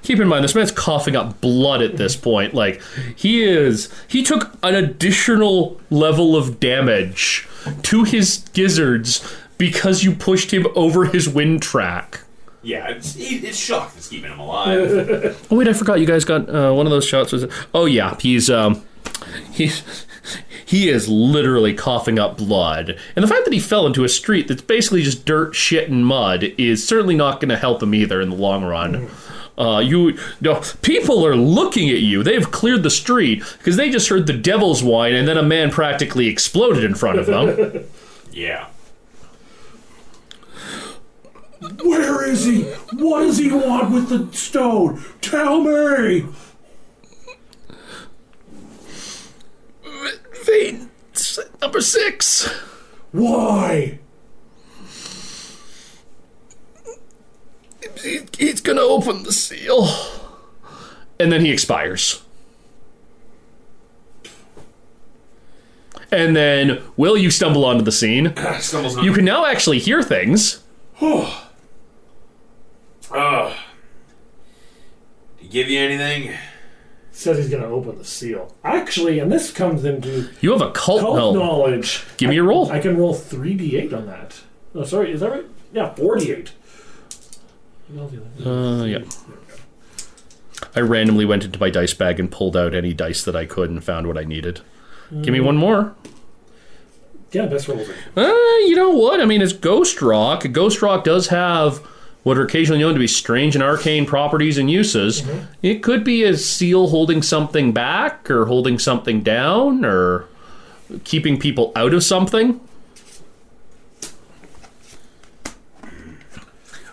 [SPEAKER 2] (laughs) keep in mind, this man's coughing up blood at this point. Like he is, he took an additional level of damage to his gizzards because you pushed him over his wind track.
[SPEAKER 4] Yeah, it's, he- it's shock that's keeping him alive.
[SPEAKER 2] Oh wait, I forgot you guys got uh, one of those shots. Was oh yeah, he's um, he's he is literally coughing up blood, and the fact that he fell into a street that's basically just dirt, shit, and mud is certainly not going to help him either in the long run. Uh, you no people are looking at you. They've cleared the street because they just heard the devil's whine, and then a man practically exploded in front of them.
[SPEAKER 4] yeah. (sighs)
[SPEAKER 3] where is he? What does he want with the stone? Tell me.
[SPEAKER 2] Vein number six.
[SPEAKER 3] Why?
[SPEAKER 2] He- he's gonna open the seal. And then he expires. And then, will you stumble onto the scene?
[SPEAKER 4] Stumbles on.
[SPEAKER 2] You can now actually hear things.
[SPEAKER 4] Ugh. Did he give you anything?
[SPEAKER 3] Says he's gonna open the seal. Actually, and this comes into
[SPEAKER 2] You have a cult
[SPEAKER 3] cult
[SPEAKER 2] helm.
[SPEAKER 3] knowledge.
[SPEAKER 2] Give me a roll.
[SPEAKER 3] I can roll 3d8 on that. Oh, sorry, is that right? Yeah, 48.
[SPEAKER 2] Uh, yeah. I randomly went into my dice bag and pulled out any dice that I could and found what I needed. Give me one more.
[SPEAKER 3] Yeah, best rolls. are-
[SPEAKER 2] Uh, you know what? I mean, it's Ghost Rock. Ghost Rock does have what are occasionally known to be strange and arcane properties and uses. It could be a seal holding something back, or holding something down, or keeping people out of something.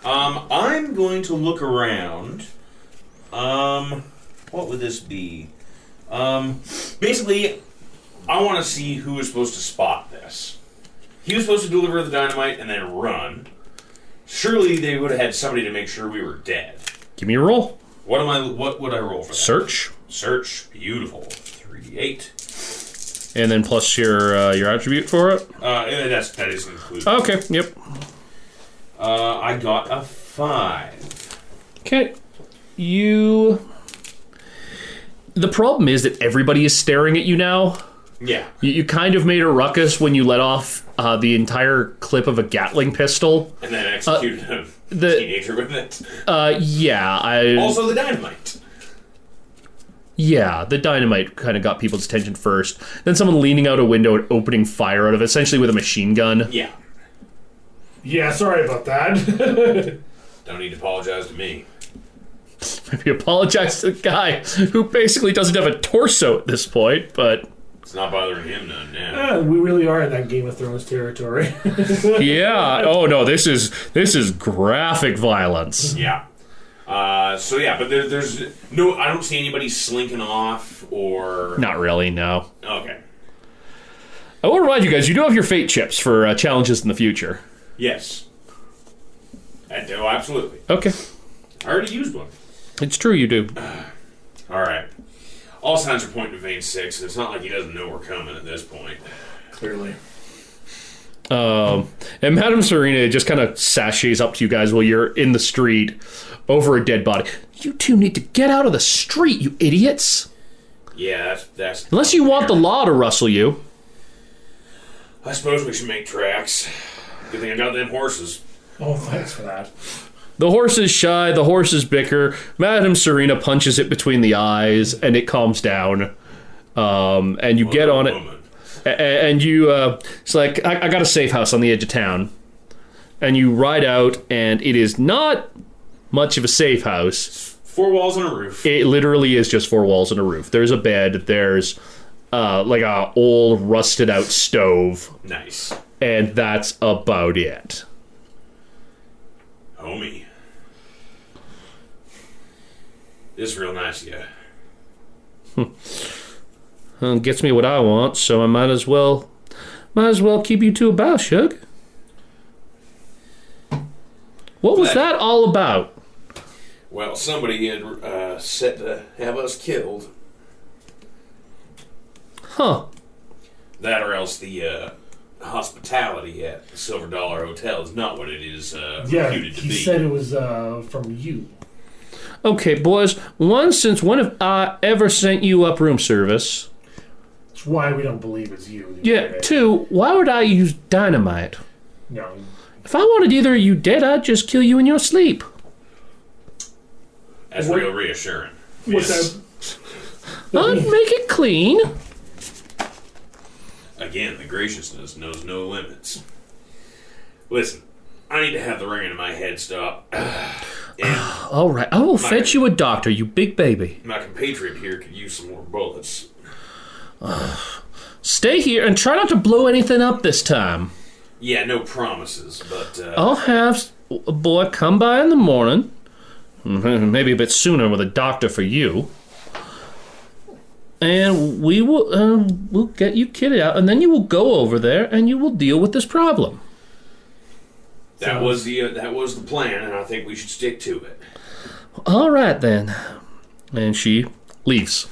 [SPEAKER 4] Um, I'm going to look around. Um, what would this be? Um, basically, I want to see who was supposed to spot this. He was supposed to deliver the dynamite and then run. Surely they would have had somebody to make sure we were dead.
[SPEAKER 2] Give me a roll.
[SPEAKER 4] What am I? What would I roll for that?
[SPEAKER 2] Search,
[SPEAKER 4] Search. Beautiful. Thirty-eight.
[SPEAKER 2] and then plus your uh, your attribute for it.
[SPEAKER 4] Uh, and that's that is included.
[SPEAKER 2] Okay. Yep.
[SPEAKER 4] Uh, I got a five.
[SPEAKER 2] Okay. You. The problem is that everybody is staring at you now.
[SPEAKER 4] Yeah.
[SPEAKER 2] You, you kind of made a ruckus when you let off uh, the entire clip of a Gatling pistol.
[SPEAKER 4] And then executed a
[SPEAKER 2] the-
[SPEAKER 4] teenager with it.
[SPEAKER 2] Uh, yeah, I
[SPEAKER 4] Also the dynamite.
[SPEAKER 2] yeah, the dynamite kind of got people's attention first. Then someone leaning out a window and opening fire out of it, essentially with a machine gun. (laughs)
[SPEAKER 4] Yeah.
[SPEAKER 3] Yeah, sorry about that. (laughs)
[SPEAKER 4] Don't need to apologize to me.
[SPEAKER 2] Maybe apologize to the guy who basically doesn't have a torso at this point, but
[SPEAKER 4] It's not bothering him none now.
[SPEAKER 3] Yeah, we really are in that Game of Thrones territory. (laughs)
[SPEAKER 2] yeah. Oh no, this is this is graphic violence.
[SPEAKER 4] Yeah. Uh, so yeah, but there, there's no. I don't see anybody slinking off or.
[SPEAKER 2] Not really, no.
[SPEAKER 4] Okay.
[SPEAKER 2] I will remind you guys, you do have your fate chips for uh, challenges in the future.
[SPEAKER 4] Yes. I do absolutely.
[SPEAKER 2] Okay,
[SPEAKER 4] I already used one.
[SPEAKER 2] it's true, you do.
[SPEAKER 4] All right. All signs are pointing to Vein Six, and it's not like he doesn't know we're coming at this point.
[SPEAKER 3] Clearly.
[SPEAKER 2] Um, and Madame Serena just kind of sashays up to you guys while you're in the street over a dead body. You two need to get out of the street, you idiots!
[SPEAKER 4] Yeah, that's that's.
[SPEAKER 2] Unless you want the law to rustle you.
[SPEAKER 4] I suppose we should make tracks. Good thing I got them horses.
[SPEAKER 3] Oh, thanks for that.
[SPEAKER 2] The horses shy, the horses bicker. Madame Serena punches it between the eyes and it calms down. Um, and you get on it.
[SPEAKER 4] Woman.
[SPEAKER 2] A- a- and you, uh, it's like I-, I got a safe house on the edge of town, and you ride out, and it is not much of a safe house.
[SPEAKER 4] Four walls and a roof.
[SPEAKER 2] It literally is just four walls and a roof. There's a bed. There's uh, like a old rusted out stove,
[SPEAKER 4] Nice.
[SPEAKER 2] and that's about it.
[SPEAKER 4] Homie. This is real nice, yeah.
[SPEAKER 2] Uh, gets me what I want, so I might as well, might as well keep you to a bow, Shug. What was that all about?
[SPEAKER 4] Well, somebody had uh, set to have us killed.
[SPEAKER 2] Huh?
[SPEAKER 4] That or else the uh, hospitality at the Silver Dollar Hotel is not what it is uh,
[SPEAKER 3] Yeah,
[SPEAKER 4] reputed to
[SPEAKER 3] he
[SPEAKER 4] be.
[SPEAKER 3] said it was uh, from you.
[SPEAKER 2] Okay, boys. One since when have I ever sent you up room service?
[SPEAKER 3] That's why we don't believe it's you.
[SPEAKER 2] Yeah. Two. Why would I use dynamite?
[SPEAKER 3] No.
[SPEAKER 2] If I wanted either of you dead, I'd just kill you in your sleep.
[SPEAKER 4] That's
[SPEAKER 3] What-
[SPEAKER 4] real reassuring.
[SPEAKER 3] What's
[SPEAKER 4] Yes.
[SPEAKER 3] that?
[SPEAKER 2] I'd make it clean.
[SPEAKER 4] Again, the graciousness knows no limits. Listen, I need to have the ringing in my head stop. and
[SPEAKER 2] All right. I will fetch you a doctor, you big baby.
[SPEAKER 4] my compatriot here could use some more bullets.
[SPEAKER 2] Stay here and try not to blow anything up this time.
[SPEAKER 4] Yeah, no promises, but uh,
[SPEAKER 2] I'll have a boy come by in the morning. (laughs) Maybe a bit sooner with a doctor for you. And we will uh, we'll get you kitted out, and then you will go over there and you will deal with this problem.
[SPEAKER 4] that was the uh, that was the plan, and I think we should stick to it.
[SPEAKER 2] All right then. And she leaves.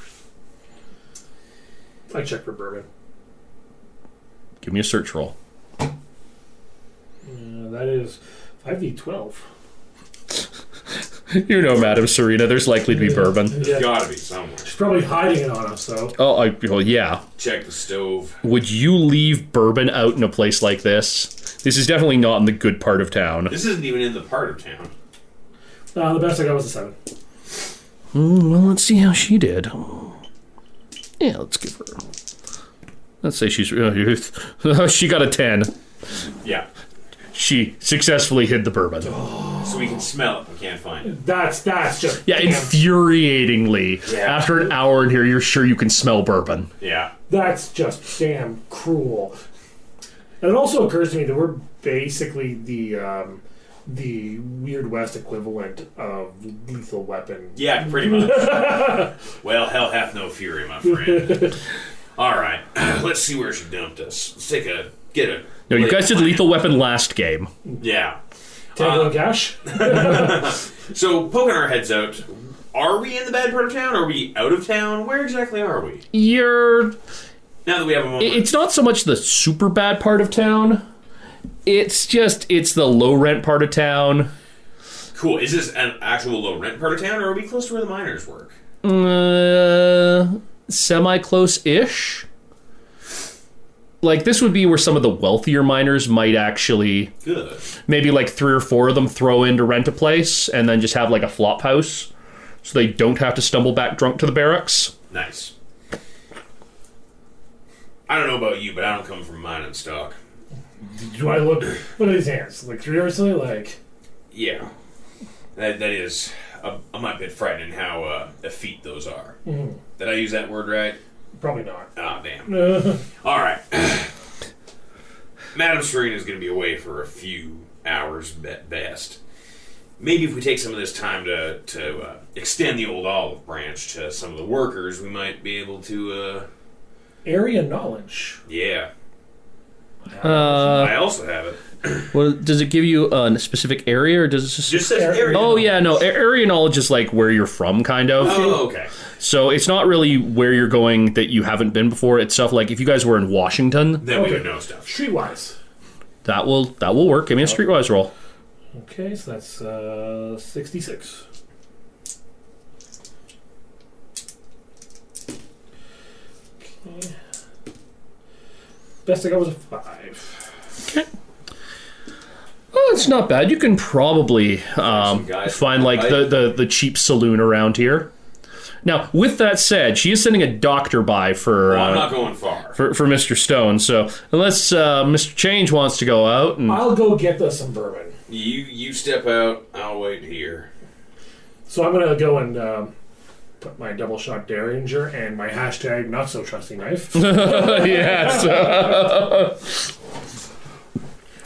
[SPEAKER 3] I checked for bourbon.
[SPEAKER 2] Give me a search roll. (laughs)
[SPEAKER 3] Uh, that is 5d12.
[SPEAKER 2] You know, Madam Serena, there's likely to be bourbon.
[SPEAKER 4] There's
[SPEAKER 3] Yeah.
[SPEAKER 4] Gotta be somewhere.
[SPEAKER 3] She's probably hiding it on us, though.
[SPEAKER 2] Oh, I, well, yeah.
[SPEAKER 4] Check the stove.
[SPEAKER 2] Would you leave bourbon out in a place like this? This is definitely not in the good part of town.
[SPEAKER 4] This isn't even in the part of town.
[SPEAKER 3] Uh, the best I got was a 7.
[SPEAKER 2] Mm, Well, let's see how she did. Yeah, let's give her. Let's say she's. uh, (laughs) she got a 10.
[SPEAKER 4] Yeah.
[SPEAKER 2] She successfully hid the bourbon.
[SPEAKER 4] So we can smell it, we can't find it.
[SPEAKER 3] That's that's just.
[SPEAKER 2] Yeah, infuriatingly.
[SPEAKER 4] Yeah.
[SPEAKER 2] After an hour in here, you're sure you can smell bourbon.
[SPEAKER 4] Yeah.
[SPEAKER 3] That's just damn cruel. And it also occurs to me that we're basically the um, the Weird West equivalent of Lethal Weapon.
[SPEAKER 4] Yeah, pretty much. (laughs) well, hell hath no fury, my friend. All right, (clears throat) let's see where she dumped us. Let's take a get a.
[SPEAKER 2] No, you guys did Lethal Weapon last game.
[SPEAKER 4] Yeah.
[SPEAKER 3] Tango and Cash?
[SPEAKER 4] So poking our heads out, are we in the bad part of town? Are we out of town? Where exactly are we?
[SPEAKER 2] You're
[SPEAKER 4] Now that we have a moment,
[SPEAKER 2] it's not so much the super bad part of town. It's just it's the low rent part of town.
[SPEAKER 4] cool. Is this an actual low rent part of town, or are we close to where the miners work?
[SPEAKER 2] Uh, semi close ish. Like this would be where some of the wealthier miners might actually
[SPEAKER 4] Good.
[SPEAKER 2] maybe like three or four of them throw in to rent a place and then just have like a flop house so they don't have to stumble back drunk to the barracks.
[SPEAKER 4] Nice. I don't know about you, but I don't come from mining stock.
[SPEAKER 3] Do I look. What are these hands? Like, seriously? Like.
[SPEAKER 4] Yeah, that that is. I'm, I'm a bit frightened how uh, effete those are. Did I use that word right?
[SPEAKER 3] Probably not.
[SPEAKER 4] Ah, damn. All right. (sighs) Madam Serena's going to be away for a few hours at best. Maybe if we take some of this time to to uh, extend the old olive branch to some of the workers, we might be able to. Uh,
[SPEAKER 3] Area knowledge.
[SPEAKER 4] yeah,
[SPEAKER 2] Uh,
[SPEAKER 4] I also have it.
[SPEAKER 2] well, does it give you a specific area or does it
[SPEAKER 4] Just says
[SPEAKER 3] Area-
[SPEAKER 4] area.
[SPEAKER 2] Oh yeah, no. a- Area knowledge is like where you're from, kind of.
[SPEAKER 4] Oh, okay.
[SPEAKER 2] So it's not really where you're going that you haven't been before. It's stuff like if you guys were in Washington,
[SPEAKER 4] Then we
[SPEAKER 3] Okay.
[SPEAKER 4] would know stuff.
[SPEAKER 3] Streetwise.
[SPEAKER 2] that will that will work. Give me a streetwise roll.
[SPEAKER 3] Okay, so that's uh, 66. Okay. Best I got was a 5.
[SPEAKER 2] Oh, it's not bad. You can probably um,
[SPEAKER 4] guys-
[SPEAKER 2] find like the, the the cheap saloon around here. Now, with that said, she is sending a doctor by for
[SPEAKER 4] I'm
[SPEAKER 2] uh,
[SPEAKER 4] not going far.
[SPEAKER 2] for, for Mr. Stone. So unless uh, Mr. Change wants to go out and
[SPEAKER 3] I'll go get us some bourbon.
[SPEAKER 4] You you step out. I'll wait here.
[SPEAKER 3] So I'm gonna go and um, put my double shot derringer and my hashtag not so trusty knife,
[SPEAKER 2] yeah, so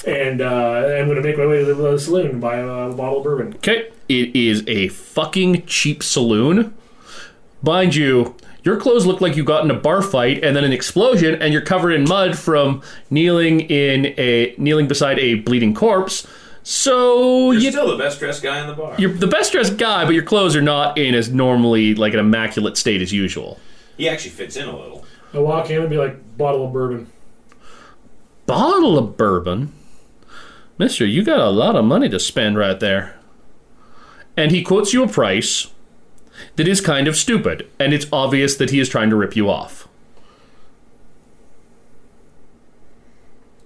[SPEAKER 3] and uh, I'm gonna make my way to the saloon and buy a bottle of bourbon.
[SPEAKER 2] okay, it is a fucking cheap saloon. Mind you, your clothes look like you got in a bar fight and then an explosion, and you're covered in mud from kneeling in a kneeling beside a bleeding corpse. So
[SPEAKER 4] You're
[SPEAKER 2] you
[SPEAKER 4] still the best dressed guy in the bar.
[SPEAKER 2] you're the best dressed guy, but your clothes are not in as normally like an immaculate state as usual.
[SPEAKER 4] He actually fits in a little.
[SPEAKER 3] I walk in and be like, bottle of bourbon.
[SPEAKER 2] Bottle of bourbon, Mister, you got a lot of money to spend right there. And he quotes you a price that is kind of stupid, and it's obvious that he is trying to rip you off.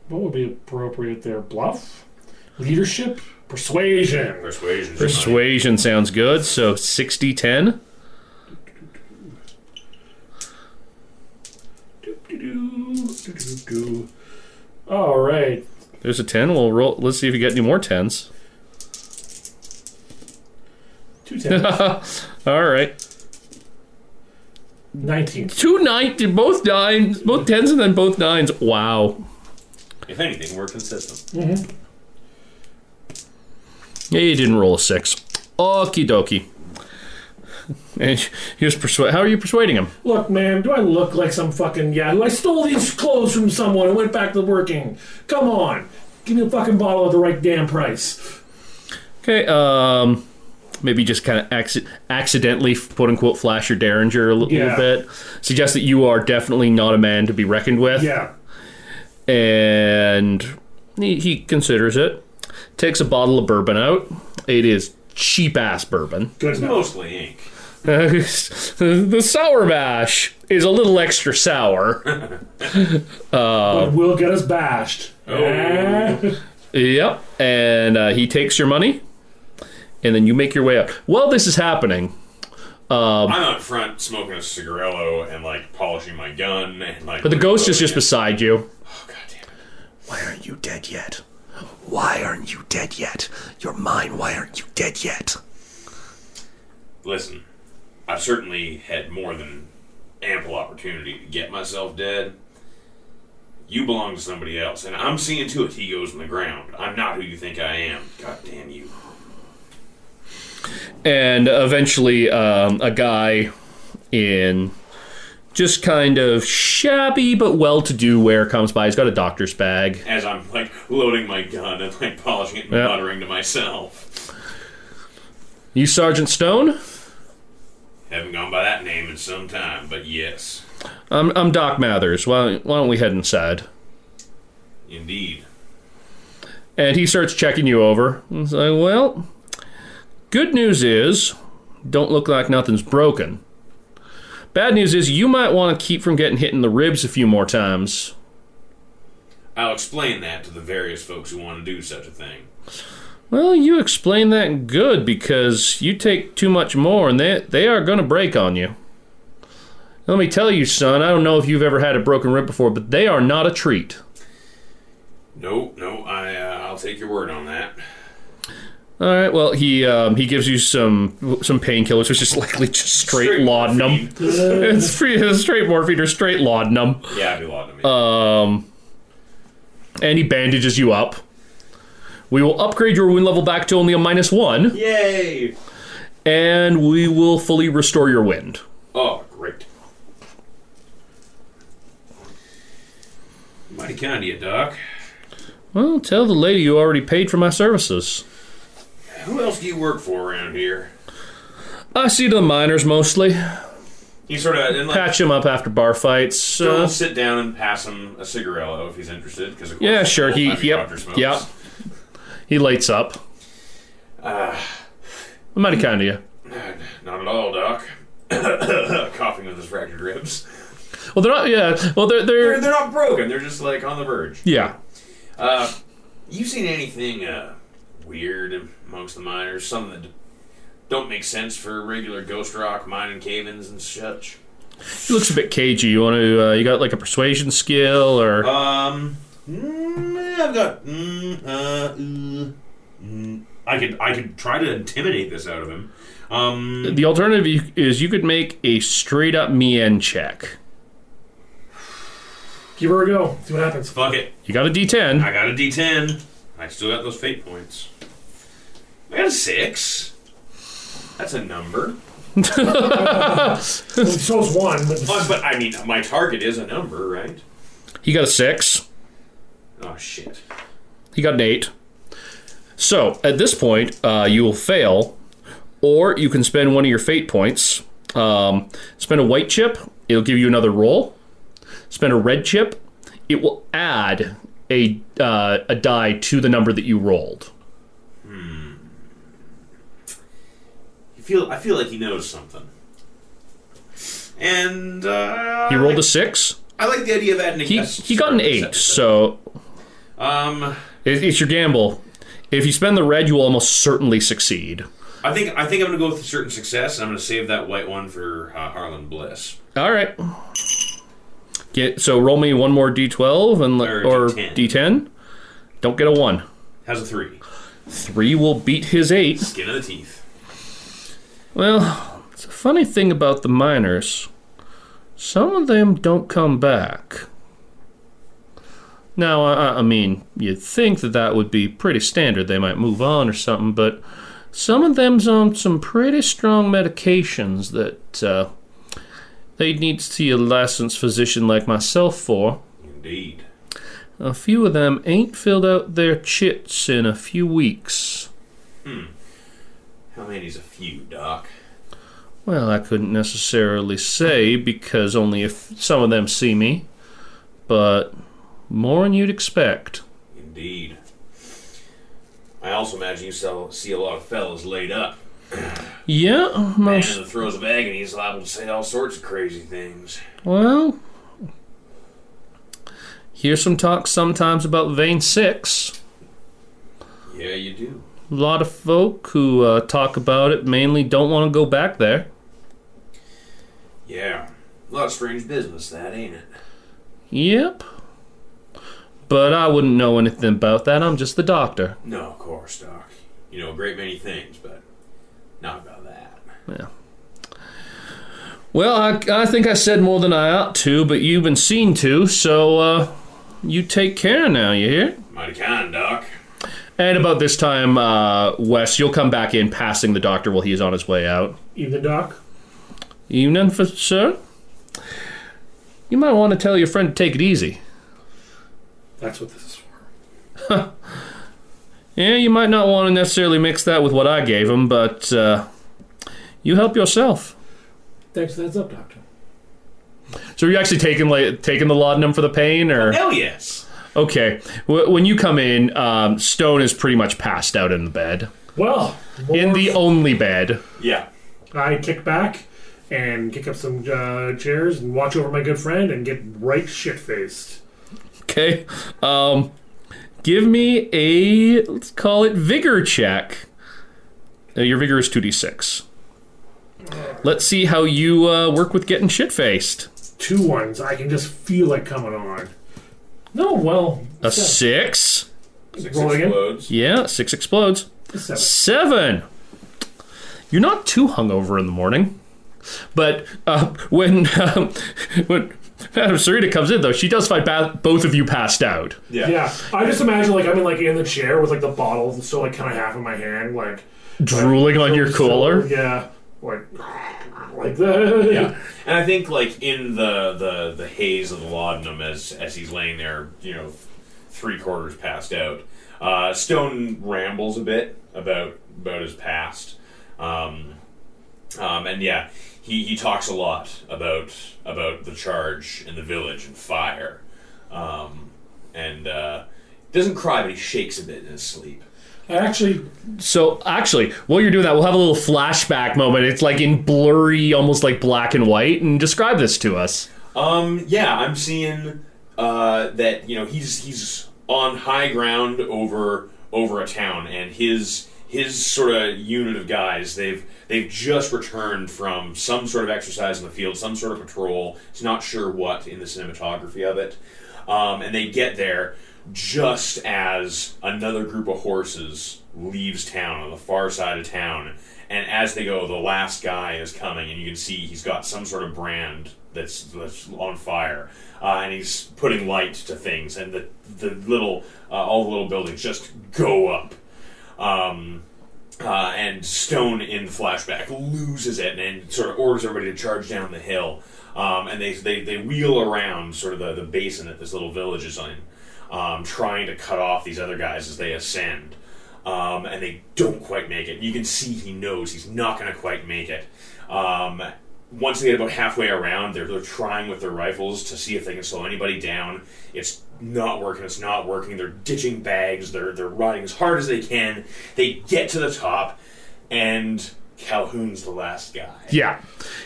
[SPEAKER 3] What would be appropriate there? Bluff, leadership, persuasion.
[SPEAKER 4] Persuasion.
[SPEAKER 2] Persuasion sounds good, so 60 10.
[SPEAKER 3] Doo-doo-doo. All right,
[SPEAKER 2] There's a 10. We'll roll. Let's see if you get any more 10s.
[SPEAKER 3] two ten.
[SPEAKER 2] All right.
[SPEAKER 3] 19.
[SPEAKER 2] Two nine, both nines, both 10s, and then both 9s. Wow.
[SPEAKER 4] If anything, we're consistent.
[SPEAKER 2] Yeah, you didn't roll a six. Okie dokie. (laughs) And he was persuade. How are you persuading him?
[SPEAKER 3] Look, man, do I look like some fucking yahoo? I stole these clothes from someone and went back to working. Come on. Give me a fucking bottle at the right damn price.
[SPEAKER 2] Okay, um, maybe just kind of acci- accidentally, quote unquote, flash your derringer a li- little
[SPEAKER 3] Yeah.
[SPEAKER 2] bit. Suggest that you are definitely not a man to be reckoned with.
[SPEAKER 3] Yeah.
[SPEAKER 2] And he, he considers it. Takes a bottle of bourbon out. It is cheap ass bourbon.
[SPEAKER 3] Good
[SPEAKER 4] It's
[SPEAKER 3] enough.
[SPEAKER 4] mostly ink.
[SPEAKER 2] (laughs) the sour mash is a little extra sour.
[SPEAKER 3] But we'll get us bashed. Eh? (laughs)
[SPEAKER 2] Yep. And uh, he takes your money, and then you make your way out. While this is happening, Um,
[SPEAKER 4] I'm out front smoking a cigarillo and like polishing my gun and like.
[SPEAKER 2] but the ghost is just beside you.
[SPEAKER 4] Oh, God damn it.
[SPEAKER 2] Why aren't you dead yet? Why aren't you dead yet? You're mine. Why aren't you dead yet?
[SPEAKER 4] Listen, I've certainly had more than ample opportunity to get myself dead. You belong to somebody else, and I'm seeing to it he goes in the ground. I'm not who you think I am. God damn you.
[SPEAKER 2] And eventually, um, a guy in just kind of shabby but well-to-do wear comes by. He's got a doctor's bag.
[SPEAKER 4] As I'm like loading my gun and like polishing it and
[SPEAKER 2] Yeah.
[SPEAKER 4] muttering to myself.
[SPEAKER 2] You, Sergeant Stone?
[SPEAKER 4] Haven't gone by that name in some time, but yes.
[SPEAKER 2] I'm, I'm Doc Mathers. Why, why don't we head inside?
[SPEAKER 4] Indeed.
[SPEAKER 2] And he starts checking you over. He's like, well, good news is, don't look like nothing's broken. Bad news is, you might want to keep from getting hit in the ribs a few more times.
[SPEAKER 4] I'll explain that to the various folks who want to do such a thing.
[SPEAKER 2] Well, you explain that good because you take too much more and they, they are going to break on you. Let me tell you, son, I don't know if you've ever had a broken rib before, but they are not a treat.
[SPEAKER 4] No, no, I, uh, I'll take your word on that.
[SPEAKER 2] All right. Well, he um, he gives you some some painkillers, which is (laughs) likely just straight,
[SPEAKER 4] Straight
[SPEAKER 2] laudanum. it's free, it's straight morphine or straight laudanum.
[SPEAKER 4] (laughs) Yeah, I'd be lying to me.
[SPEAKER 2] Uh, and he bandages you up. We will upgrade your wound level back to only a minus one,
[SPEAKER 4] Yay!
[SPEAKER 2] and we will fully restore your wind.
[SPEAKER 4] Oh, great. Mighty kind of you, Doc.
[SPEAKER 2] Well, tell the lady you already paid for my services.
[SPEAKER 4] Who else do you work for around here?
[SPEAKER 2] I see to the miners mostly.
[SPEAKER 4] You sort of and like,
[SPEAKER 2] Patch him up after bar fights.
[SPEAKER 4] don't
[SPEAKER 2] Uh,
[SPEAKER 4] sit down and pass him a cigarillo if he's interested, because of course.
[SPEAKER 2] yeah, sure. He
[SPEAKER 4] I mean,
[SPEAKER 2] yep
[SPEAKER 4] Roger smokes.
[SPEAKER 2] yep. He lights up. I'm mighty kind of you.
[SPEAKER 4] Ah, Not at all, Doc. (coughs) Coughing with his fractured ribs.
[SPEAKER 2] Well, they're not. Yeah. Well, they're
[SPEAKER 4] They're,
[SPEAKER 2] they're.
[SPEAKER 4] they're not broken. They're just like on the verge.
[SPEAKER 2] Yeah.
[SPEAKER 4] You seen anything uh, weird amongst the miners? Something that don't make sense for regular ghost rock mining cavens and such.
[SPEAKER 2] He looks a bit cagey. You want to? Uh, you got like a persuasion skill or?
[SPEAKER 4] Um, mm, I've got. Mm, uh, mm, mm. I could I could try to intimidate this out of him. Um,
[SPEAKER 2] the alternative you- is you could make a straight up Mien check.
[SPEAKER 3] Give her a go. See
[SPEAKER 4] (laughs)
[SPEAKER 3] what happens.
[SPEAKER 4] fuck it.
[SPEAKER 2] You got a D10.
[SPEAKER 4] I got a D10. I still got those fate points. I got a six. That's a number.
[SPEAKER 3] So's one, but
[SPEAKER 4] But, but I mean, my target is a number, right?
[SPEAKER 2] He got a six.
[SPEAKER 4] Oh shit.
[SPEAKER 2] He got an eight. So at this point, uh, you will fail, or you can spend one of your fate points. Um, spend a white chip. It'll give you another roll. Spend a red chip. It will add a uh, a die to the number that you rolled.
[SPEAKER 4] You feel I feel like he knows something. And uh,
[SPEAKER 2] He rolled a six.
[SPEAKER 4] I like the idea of adding. a
[SPEAKER 2] He
[SPEAKER 4] guess.
[SPEAKER 2] he got an eight. So
[SPEAKER 4] Um,
[SPEAKER 2] It, it's your gamble. If you spend the red, you will almost certainly succeed.
[SPEAKER 4] I think I think I'm gonna go with a certain success, and I'm gonna save that white one for uh, Harlan Bliss.
[SPEAKER 2] All right. Get so roll me one more d12 and le-
[SPEAKER 4] Or
[SPEAKER 2] or
[SPEAKER 4] D10.
[SPEAKER 2] d10. Don't get a one.
[SPEAKER 4] Has a three.
[SPEAKER 2] Three will beat his eight.
[SPEAKER 4] Skin of the teeth.
[SPEAKER 2] Well, it's a funny thing about the miners. Some of them don't come back. Now, I, I- I mean, you'd think that that would be pretty standard. They might move on or something, but some of them's on some pretty strong medications that uh, they'd need to see a licensed physician like myself for.
[SPEAKER 4] Indeed.
[SPEAKER 2] A few of them ain't filled out their chits in a few weeks.
[SPEAKER 4] How many's Oh, a few, Doc?
[SPEAKER 2] Well, I couldn't necessarily say because only if some of them see me, but more'n you'd expect.
[SPEAKER 4] Indeed. I also imagine you sell, see a lot of fellas laid up.
[SPEAKER 2] Yeah,
[SPEAKER 4] Man
[SPEAKER 2] most
[SPEAKER 4] in the throes of agony is liable to say all sorts of crazy things.
[SPEAKER 2] well. Hear some talk sometimes about vein six.
[SPEAKER 4] Yeah, you do.
[SPEAKER 2] A lot of folk who uh, talk about it mainly don't want to go back there.
[SPEAKER 4] Yeah. A lot of strange business, that ain't it?
[SPEAKER 2] Yep. But I wouldn't know anything about that. I'm just the doctor.
[SPEAKER 4] No, of course, Doc. You know a great many things, but not about that.
[SPEAKER 2] Well, I, I think I said more than I ought to, but you've been seen to, so uh, you take care now, you hear?
[SPEAKER 4] Mighty kind, Doc.
[SPEAKER 2] And about this time, uh, Wes, you'll come back in passing the doctor while he is on his way out.
[SPEAKER 3] evening doc.
[SPEAKER 2] Evening, for, sir. You might want to tell your friend to take it easy.
[SPEAKER 3] That's what this is for.
[SPEAKER 2] Yeah, you might not want to necessarily mix that with what I gave him, but uh, you help yourself.
[SPEAKER 3] Thanks for the heads up, Doctor.
[SPEAKER 2] So are you actually taking like taking the laudanum for the pain, or
[SPEAKER 4] Hell yes!
[SPEAKER 2] okay? W- when you come in, um, Stone is pretty much passed out in the bed.
[SPEAKER 3] Well,
[SPEAKER 2] in the only bed.
[SPEAKER 4] Yeah.
[SPEAKER 3] I kick back and kick up some uh, chairs and watch over my good friend and get right shit faced.
[SPEAKER 2] Okay. Um, give me a let's call it vigor check. Uh, your vigor is two d six. Let's see how you uh, work with getting shit faced.
[SPEAKER 3] Two ones. I can just feel it coming on. No, well,
[SPEAKER 2] A
[SPEAKER 3] se-
[SPEAKER 2] six.
[SPEAKER 4] Six
[SPEAKER 3] Roll again.
[SPEAKER 4] explodes.
[SPEAKER 2] Yeah, six explodes.
[SPEAKER 3] seven.
[SPEAKER 2] Seven. You're not too hungover in the morning, but uh, when (laughs) um, when (laughs) Madame Sarita comes in, though, she does find ba- both of you passed out.
[SPEAKER 3] Yeah, I just imagine like I'm in like in the chair with like the bottle still like kind of half in my hand, like
[SPEAKER 2] Drooling on your cooler.
[SPEAKER 3] Yeah, like (sighs) like that.
[SPEAKER 4] Yeah, (laughs) and I think like in the the the haze of the laudanum as as he's laying there, you know, three quarters passed out. Uh, Stone rambles a bit about about his past, um, um, and yeah, he he talks a lot about about the charge in the village and fire, um, and uh, doesn't cry, but he shakes a bit in his sleep.
[SPEAKER 3] (laughs) I actually
[SPEAKER 2] So actually, while you're doing that, we'll have a little flashback moment. It's like in blurry, almost like black and white, and describe this to us.
[SPEAKER 4] Um, yeah, I'm seeing uh, that you know he's he's on high ground over over a town, and his his sort of unit of guys, they've they've just returned from some sort of exercise in the field, some sort of patrol. It's not sure what in the cinematography of it, um, and they get there just as another group of horses leaves town on the far side of town. And as they go, the last guy is coming, and you can see he's got some sort of brand that's, that's on fire, uh, and he's putting light to things, and the the little uh, all the little buildings just go up. Um, uh, and Stone in the flashback loses it and, and sort of orders everybody to charge down the hill. Um, and they, they, they wheel around sort of the, the basin that this little village is in, um, trying to cut off these other guys as they ascend. Um, and they don't quite make it. You can see he knows he's not going to quite make it. Um, once they get about halfway around, they're, they're trying with their rifles to see if they can slow anybody down. It's not working. It's not working. They're ditching bags. They're they're riding as hard as they can. They get to the top, and Calhoun's the last guy,
[SPEAKER 2] Yeah,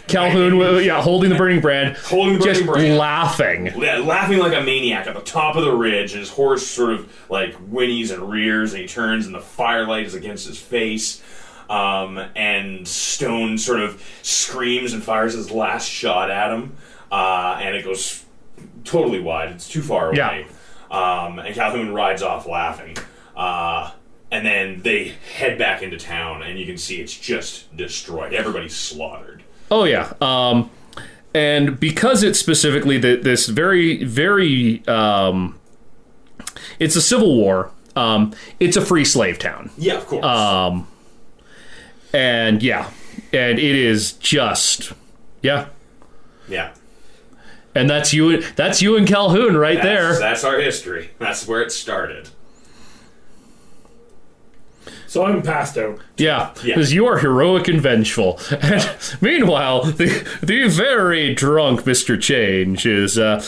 [SPEAKER 2] Calhoun. w- Yeah, holding the burning brand,
[SPEAKER 4] holding the
[SPEAKER 2] just
[SPEAKER 4] burning brand.
[SPEAKER 2] laughing.
[SPEAKER 4] la- laughing like a maniac at the top of the ridge, and his horse sort of like whinnies and rears, and he turns, and the firelight is against his face. Um, and Stone sort of screams and fires his last shot at him, uh, and it goes totally wide. It's too far away. Um, and Calhoun rides off laughing. Uh, and then they head back into town, and you can see it's just destroyed. Everybody's slaughtered.
[SPEAKER 2] Oh yeah. Um, and because it's specifically th- this very, very, um, it's a civil war. Um, it's a free slave town,
[SPEAKER 4] Yeah, of course.
[SPEAKER 2] and yeah, and it is just yeah.
[SPEAKER 4] yeah.
[SPEAKER 2] And that's you. That's you and Calhoun right there.
[SPEAKER 4] That's, that's our history. That's where it started.
[SPEAKER 3] So I'm passed out.
[SPEAKER 2] Yeah,
[SPEAKER 4] Yeah.
[SPEAKER 2] because you are heroic and vengeful. (laughs) And meanwhile, the the very drunk Mister Change is. Uh,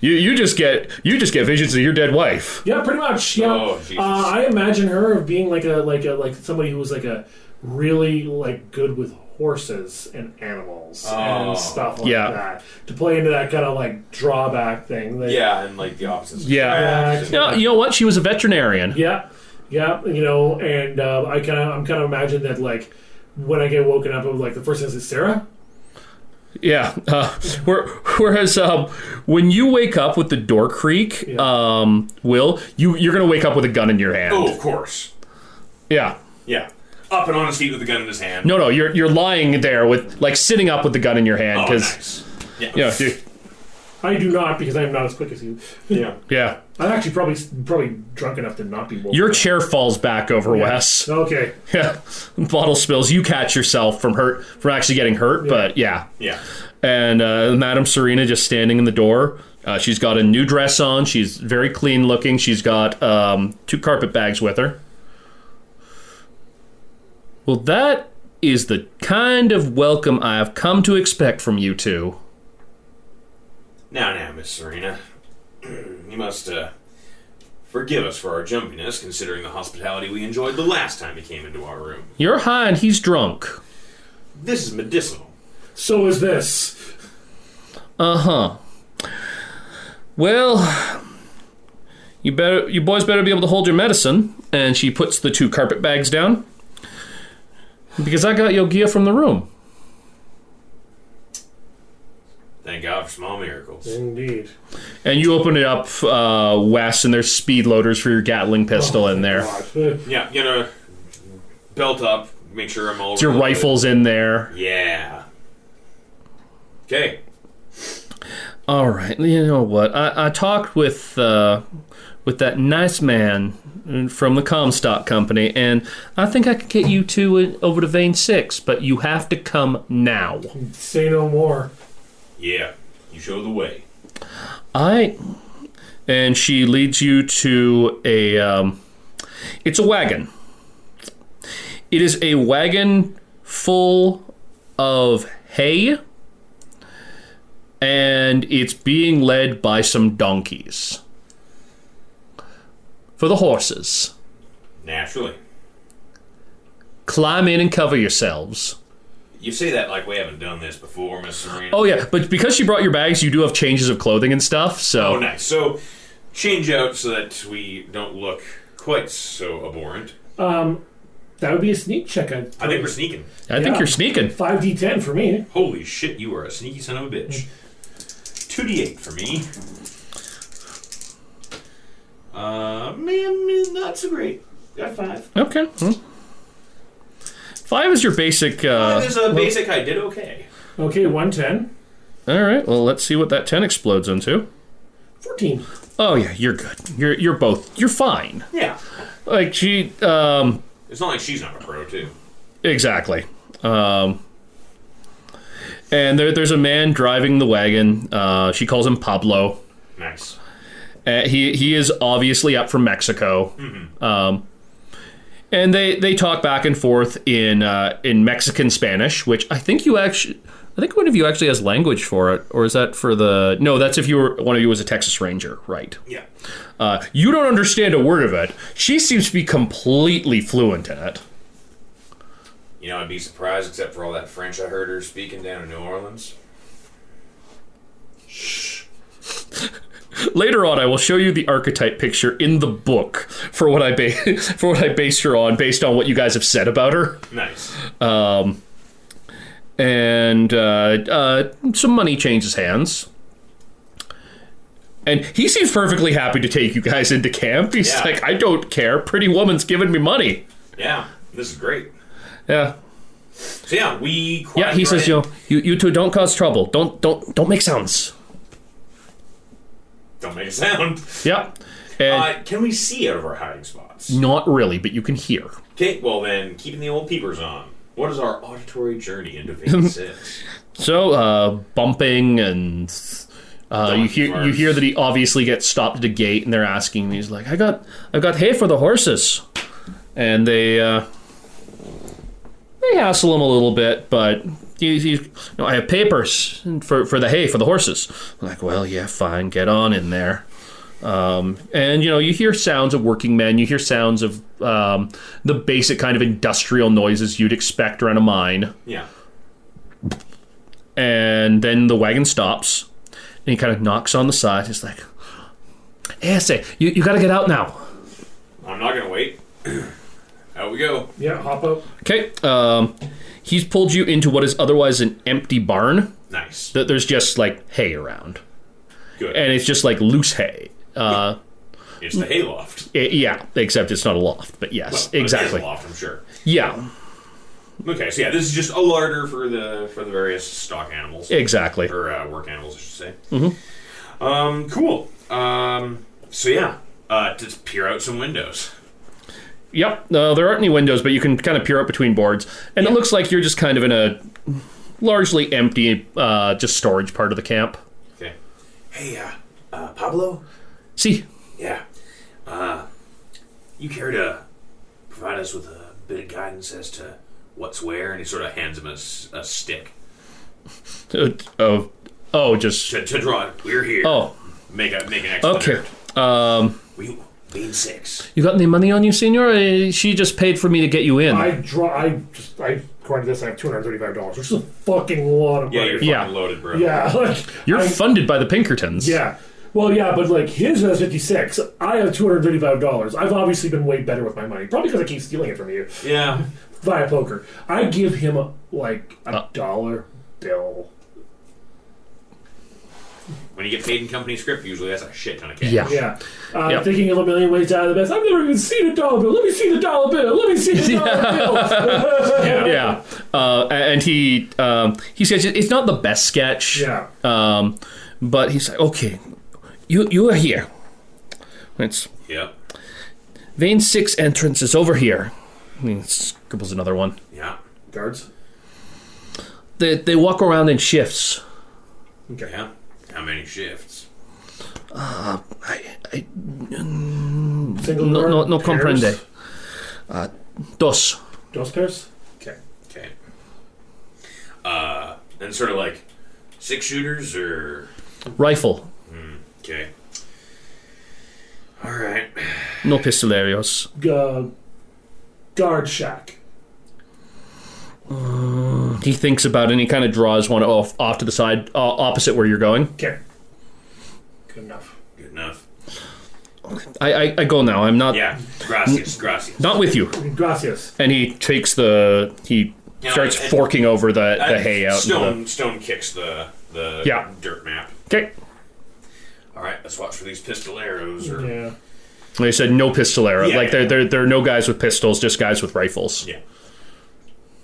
[SPEAKER 2] you, you just get you just get visions of your dead wife.
[SPEAKER 3] Yeah, pretty much. Yeah.
[SPEAKER 4] Oh, Jesus.
[SPEAKER 3] Uh, I imagine her of being like a like a like somebody who was like a really like good with horses and animals
[SPEAKER 4] Oh.
[SPEAKER 3] and stuff like
[SPEAKER 2] Yeah.
[SPEAKER 3] that to play into that kind of like drawback thing. Like,
[SPEAKER 4] Yeah, and like the opposite.
[SPEAKER 2] Yeah.
[SPEAKER 3] Yeah.
[SPEAKER 2] No, you know what? She was a veterinarian.
[SPEAKER 3] Yeah, yeah, you know, and uh, I kind of, I'm kind of imagine that like when I get woken up, I'm like the first thing is Sarah.
[SPEAKER 2] Yeah. Uh, where- whereas um, when you wake up with the door creak, um, Will, you you're gonna wake up with a gun in your hand.
[SPEAKER 4] Oh, of course.
[SPEAKER 2] Yeah.
[SPEAKER 4] Yeah. Up and on his feet with a gun in his hand.
[SPEAKER 2] No, no, you're you're lying there with like sitting up with the gun in your hand
[SPEAKER 4] Oh,
[SPEAKER 2] because
[SPEAKER 4] nice. Yeah.
[SPEAKER 2] you know, you-
[SPEAKER 3] I do not because I'm not as quick as you.
[SPEAKER 4] yeah.
[SPEAKER 2] yeah,
[SPEAKER 3] I'm actually probably probably drunk enough to not be woken.
[SPEAKER 2] your
[SPEAKER 3] up.
[SPEAKER 2] chair falls back over Wes.
[SPEAKER 3] okay.
[SPEAKER 2] (laughs) Yeah, bottle spills. You catch yourself from hurt from actually getting hurt, but yeah.
[SPEAKER 4] Yeah.
[SPEAKER 2] And uh, Madam Serena just standing in the door. Uh, she's got a new dress on. She's very clean looking. She's got um, two carpet bags with her. Well, that is the kind of welcome I have come to expect from you two.
[SPEAKER 4] Now, now, Miss Serena, (clears throat) you must uh, forgive us for our jumpiness, considering the hospitality we enjoyed the last time you came into our room.
[SPEAKER 2] You're high and he's drunk.
[SPEAKER 4] This is medicinal.
[SPEAKER 3] So is this.
[SPEAKER 2] Uh huh. Well, you better, you boys better be able to hold your medicine. And she puts the two carpet bags down because I got Yogia from the room.
[SPEAKER 4] Thank God for small miracles.
[SPEAKER 3] Indeed.
[SPEAKER 2] And you open it up, uh, Wes, and there's speed loaders for your Gatling pistol in there.
[SPEAKER 3] Oh, God.
[SPEAKER 4] Yeah, you know, belt up, make sure I'm all.
[SPEAKER 2] Your rifle's in there.
[SPEAKER 4] Yeah. Okay.
[SPEAKER 2] All right, you know what? I, I talked with uh, with that nice man from the Comstock Company, and I think I could get you two in- over to Vein Six, but you have to come now.
[SPEAKER 3] (laughs) Say no more.
[SPEAKER 4] Yeah. You show the way.
[SPEAKER 2] I and she leads you to a um, it's a wagon. It is a wagon full of hay and it's being led by some donkeys for the horses.
[SPEAKER 4] Naturally.
[SPEAKER 2] Climb in and cover yourselves.
[SPEAKER 4] You say that like we haven't done this before, Miss Serena.
[SPEAKER 2] Oh yeah, but because she brought your bags, you do have changes of clothing and stuff. So
[SPEAKER 4] Oh, nice. So change out so that we don't look quite so abhorrent.
[SPEAKER 3] Um, That would be a sneak check. I'd
[SPEAKER 4] I think we're sneaking.
[SPEAKER 2] I think
[SPEAKER 3] Yeah.
[SPEAKER 2] you're sneaking.
[SPEAKER 3] Five D ten for me.
[SPEAKER 4] Holy shit, you are a sneaky son of a bitch. Mm. 2d8 for me. Uh, man, man, not so great. Got five.
[SPEAKER 2] Okay. hmm. Five is your basic.
[SPEAKER 4] Uh,
[SPEAKER 2] Uh,
[SPEAKER 4] There's a basic I did okay.
[SPEAKER 3] Okay, one ten.
[SPEAKER 2] all right. Well, let's see what that ten explodes into.
[SPEAKER 3] Fourteen.
[SPEAKER 2] Oh yeah, you're good. You're you're both. You're fine.
[SPEAKER 4] Yeah.
[SPEAKER 2] Like she. Um,
[SPEAKER 4] It's not like she's not a pro, too.
[SPEAKER 2] Exactly. Um, and there, there's a man driving the wagon. Uh, she calls him Pablo.
[SPEAKER 4] Nice.
[SPEAKER 2] Uh, he he is obviously up from Mexico. Um, and they, they talk back and forth in uh, in Mexican Spanish, which I think you actually. I think one of you actually has language for it, or is that for the? No, that's if you were one of you was a Texas Ranger, right?
[SPEAKER 4] Yeah.
[SPEAKER 2] Uh, you don't understand a word of it. She seems to be completely fluent in it.
[SPEAKER 4] You know, I'd be surprised except for all that French I heard her speaking down in New Orleans.
[SPEAKER 2] Later on, I will show you the archetype picture in the book for what I ba- (laughs) for what I based her on, based on what you guys have said about her,
[SPEAKER 4] Nice.
[SPEAKER 2] and uh, uh, some money changes hands. And he seems perfectly happy to take you guys into camp. He's
[SPEAKER 4] Yeah.
[SPEAKER 2] like, I don't care. Pretty woman's giving me money.
[SPEAKER 4] Yeah, this is great.
[SPEAKER 2] Yeah,
[SPEAKER 4] So yeah, we.
[SPEAKER 2] yeah. He
[SPEAKER 4] climbed
[SPEAKER 2] says,
[SPEAKER 4] right
[SPEAKER 2] you,
[SPEAKER 4] in.
[SPEAKER 2] know, you you two don't cause trouble. Don't don't don't make sounds.
[SPEAKER 4] Don't make a sound.
[SPEAKER 2] Yeah, and
[SPEAKER 4] Uh, can we see out of our hiding spots?
[SPEAKER 2] not really, but you can hear.
[SPEAKER 4] Okay, well then, keeping the old peepers on. What is our auditory
[SPEAKER 2] (laughs)
[SPEAKER 4] journey into Vegas 6?
[SPEAKER 2] So uh, bumping and uh, you
[SPEAKER 4] Donkey
[SPEAKER 2] hear you
[SPEAKER 4] farts.
[SPEAKER 2] hear that he obviously gets stopped at a gate and they're asking. And he's like, "I got I got hay for the horses," and they uh, they hassle him a little bit, but he, he you know, I have papers for for the hay for the horses. I'm like, well, yeah, fine, get on in there. Um, and you know, you hear sounds of working men. You hear sounds of um, the basic kind of industrial noises you'd expect around a mine
[SPEAKER 4] Yeah.
[SPEAKER 2] and then the wagon stops and he kind of knocks on the side he's like hey say you, you got to get out now
[SPEAKER 4] I'm not gonna wait. (clears throat) out we go.
[SPEAKER 3] Yeah, hop up.
[SPEAKER 2] okay um, he's pulled you into what is otherwise an empty barn
[SPEAKER 4] Nice.
[SPEAKER 2] that there's just like hay around
[SPEAKER 4] Good.
[SPEAKER 2] and it's just like loose hay uh,
[SPEAKER 4] it's the hayloft.
[SPEAKER 2] i- yeah except it's not a loft but yes (laughs)
[SPEAKER 4] Well,
[SPEAKER 2] exactly
[SPEAKER 4] It's a loft, I'm sure.
[SPEAKER 2] yeah
[SPEAKER 4] Okay, so yeah, this is just a larder for the for the various stock animals.
[SPEAKER 2] exactly
[SPEAKER 4] or uh, work animals, I should say. Um, cool. Um, so yeah, uh, just peer out some windows.
[SPEAKER 2] Yep. No, there aren't any windows, but you can kind of peer up between boards, and it looks like you're just kind of in a largely empty, uh, just storage part of the camp.
[SPEAKER 4] Okay. Hey, uh, uh, Pablo.
[SPEAKER 2] See,
[SPEAKER 4] Yeah. Uh, you care to provide us with a bit of guidance as to what's where? And he sort of hands him a, s- a stick
[SPEAKER 2] Uh, oh, oh, just
[SPEAKER 4] to, to draw. it. We're here.
[SPEAKER 2] oh.
[SPEAKER 4] Make a make an extra.
[SPEAKER 2] Okay.
[SPEAKER 4] We being six.
[SPEAKER 2] You got any money on you, Senor? Uh, She just paid for me to get you in.
[SPEAKER 3] I draw. I just. I according to this, I have two hundred thirty-five dollars, which is a fucking lot of
[SPEAKER 4] Yeah,
[SPEAKER 3] money.
[SPEAKER 4] you're fucking
[SPEAKER 2] Yeah.
[SPEAKER 4] loaded, bro.
[SPEAKER 3] yeah, (laughs) like
[SPEAKER 2] You're
[SPEAKER 3] I-
[SPEAKER 2] funded by the Pinkertons.
[SPEAKER 3] yeah. Well, yeah, but like his has fifty-six. I have two hundred thirty-five dollars. I've obviously been way better with my money, probably because I keep stealing it from you
[SPEAKER 4] Yeah.
[SPEAKER 3] via poker. I give him like a
[SPEAKER 2] Uh.
[SPEAKER 3] dollar bill.
[SPEAKER 4] When you get paid in company script, usually that's a shit ton of cash.
[SPEAKER 2] Yeah.
[SPEAKER 3] Yeah. Uh,
[SPEAKER 2] Yep.
[SPEAKER 3] Thinking of a million ways to out of the best. I've never even seen a dollar bill. Let me see the dollar bill. Let me see
[SPEAKER 2] (laughs)
[SPEAKER 3] the dollar bill.
[SPEAKER 2] Yeah. Uh, and he um, he says it's not the best sketch.
[SPEAKER 3] Yeah.
[SPEAKER 2] Um, but he's like, okay, you you are here. It's
[SPEAKER 4] Yep.
[SPEAKER 2] vein six entrance is over here. And he scribbles another one.
[SPEAKER 4] Yeah.
[SPEAKER 3] Guards.
[SPEAKER 2] They they walk around in shifts.
[SPEAKER 4] Yeah. How many shifts?
[SPEAKER 2] I, I,
[SPEAKER 3] Single
[SPEAKER 2] no
[SPEAKER 3] door,
[SPEAKER 2] no no
[SPEAKER 3] pairs,
[SPEAKER 2] comprende. Uh, dos.
[SPEAKER 3] Dos pairs. Okay.
[SPEAKER 4] Okay. Uh, and sort of like six shooters or
[SPEAKER 2] Rifle.
[SPEAKER 4] okay. All right.
[SPEAKER 2] No pistolerios.
[SPEAKER 3] Gu- guard shack.
[SPEAKER 2] He thinks about it and he kind of draws one off off to the side, uh, opposite where you're going.
[SPEAKER 3] Okay. Good enough.
[SPEAKER 4] Good enough.
[SPEAKER 2] I, I, I go now. I'm not
[SPEAKER 4] Yeah, gracias, gracias.
[SPEAKER 2] not with you.
[SPEAKER 3] Gracias.
[SPEAKER 2] And he takes the he
[SPEAKER 4] Yeah,
[SPEAKER 2] starts
[SPEAKER 4] and-
[SPEAKER 2] forking over the, (laughs) the hay out. into
[SPEAKER 4] Stone Stone kicks the the
[SPEAKER 2] Yeah.
[SPEAKER 4] dirt map.
[SPEAKER 2] the- okay.
[SPEAKER 4] All right, let's watch for these pistol arrows. Or yeah,
[SPEAKER 3] Yeah.
[SPEAKER 2] They said no pistolero.
[SPEAKER 4] Yeah,
[SPEAKER 2] like
[SPEAKER 4] yeah.
[SPEAKER 2] there there there are no guys with pistols, just guys with rifles.
[SPEAKER 4] yeah,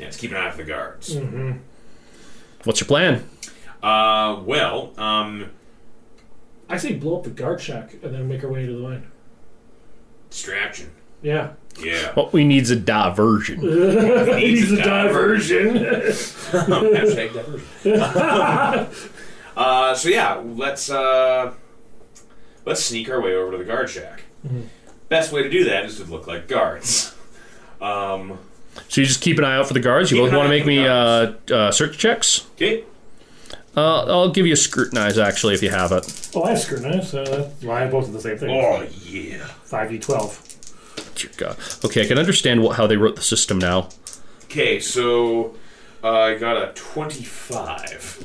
[SPEAKER 4] let's keep an eye for the guards.
[SPEAKER 3] Mm.
[SPEAKER 2] What's your plan?
[SPEAKER 4] Uh, well, um,
[SPEAKER 3] I say blow up the guard shack and then make our way to the mine.
[SPEAKER 4] distraction.
[SPEAKER 3] Yeah.
[SPEAKER 4] Yeah,
[SPEAKER 2] What we need's a diversion.
[SPEAKER 4] needs
[SPEAKER 3] He's
[SPEAKER 4] (laughs)
[SPEAKER 3] a diversion.
[SPEAKER 4] Hashtag diversion. (laughs) uh, so yeah, let's uh, let's sneak our way over to the guard shack. Best way to do that is to look like guards. Um,
[SPEAKER 2] so you just keep an eye out for the guards. You
[SPEAKER 4] Keep
[SPEAKER 2] both
[SPEAKER 4] an
[SPEAKER 2] want to
[SPEAKER 4] eye out
[SPEAKER 2] make
[SPEAKER 4] for the
[SPEAKER 2] me uh, uh, search checks.
[SPEAKER 4] okay,
[SPEAKER 2] Uh, I'll give you a scrutinize actually if you have it.
[SPEAKER 3] Oh, I scrutinized. So that's, well, I both did the same thing.
[SPEAKER 4] Oh yeah.
[SPEAKER 3] 5d12.
[SPEAKER 2] Dear God. Okay, I can understand what, how they wrote the system now.
[SPEAKER 4] Okay, so uh, I got a twenty-five.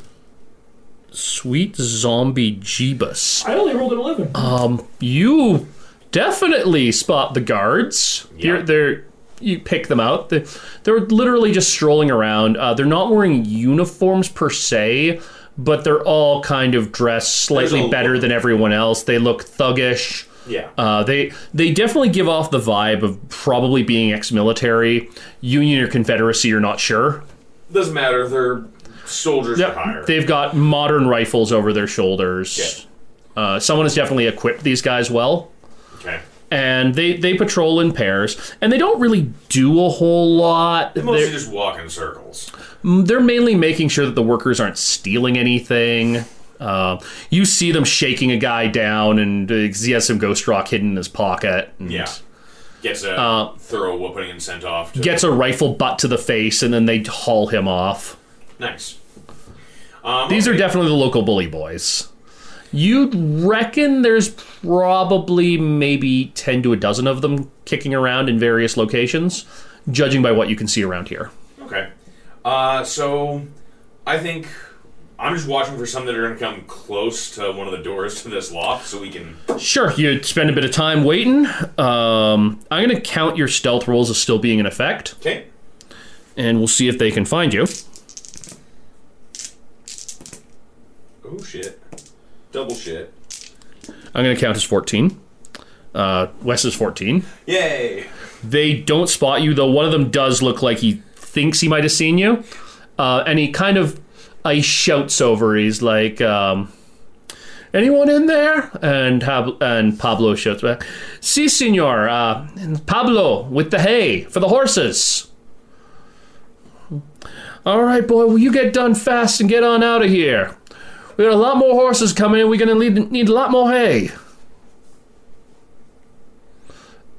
[SPEAKER 2] Sweet zombie Jeebus.
[SPEAKER 3] I only rolled an 11.
[SPEAKER 2] Um, You definitely spot the guards. You're, they're you pick them out. They, they're literally just strolling around. Uh, they're not wearing uniforms per se, but they're all kind of dressed
[SPEAKER 4] There's
[SPEAKER 2] slightly
[SPEAKER 4] a
[SPEAKER 2] better
[SPEAKER 4] look.
[SPEAKER 2] than everyone else. They look thuggish.
[SPEAKER 4] Yeah.
[SPEAKER 2] Uh, they they definitely give off the vibe of probably being ex-military, Union or Confederacy, you're not sure.
[SPEAKER 4] Doesn't matter. They're soldiers are higher.
[SPEAKER 2] They've got modern rifles over their shoulders. Uh, someone has definitely equipped these guys well,
[SPEAKER 4] okay.
[SPEAKER 2] and they they patrol in pairs, and they don't really do a whole lot.
[SPEAKER 4] They mostly
[SPEAKER 2] They're,
[SPEAKER 4] just walk in circles.
[SPEAKER 2] they're mainly making sure that the workers aren't stealing anything. Uh, you see them shaking a guy down, and uh, he has some ghost rock hidden in his pocket. and-
[SPEAKER 4] Yeah. Gets a
[SPEAKER 2] Uh.
[SPEAKER 4] thorough whooping and sent off. To
[SPEAKER 2] gets a rifle butt to the face and then they haul him off.
[SPEAKER 4] nice. Um,
[SPEAKER 2] These are definitely the local bully boys. You'd reckon there's probably maybe 10 to a dozen of them kicking around in various locations, judging by what you can see around here.
[SPEAKER 4] Okay. Uh, so I think I'm just watching for some that are going to come close to one of the doors to this loft, so we can.
[SPEAKER 2] Sure, you spend a bit of time waiting. Um, I'm going to count your stealth rolls as still being in effect,
[SPEAKER 4] Okay.
[SPEAKER 2] and we'll see if they can find you.
[SPEAKER 4] Oh shit. Double shit.
[SPEAKER 2] I'm going to count as 14. Uh, Wes is 14.
[SPEAKER 4] Yay.
[SPEAKER 2] They don't spot you, though one of them does look like he thinks he might have seen you. Uh, and he kind of uh, he shouts over. He's like, um, "Anyone in there?" And Hab- and Pablo shouts back, "Si, senor. Uh, and Pablo with the hay for the horses." All right, boy. Well, you get done fast and get on out of here. We got a lot more horses coming in. We're gonna need need a lot more hay.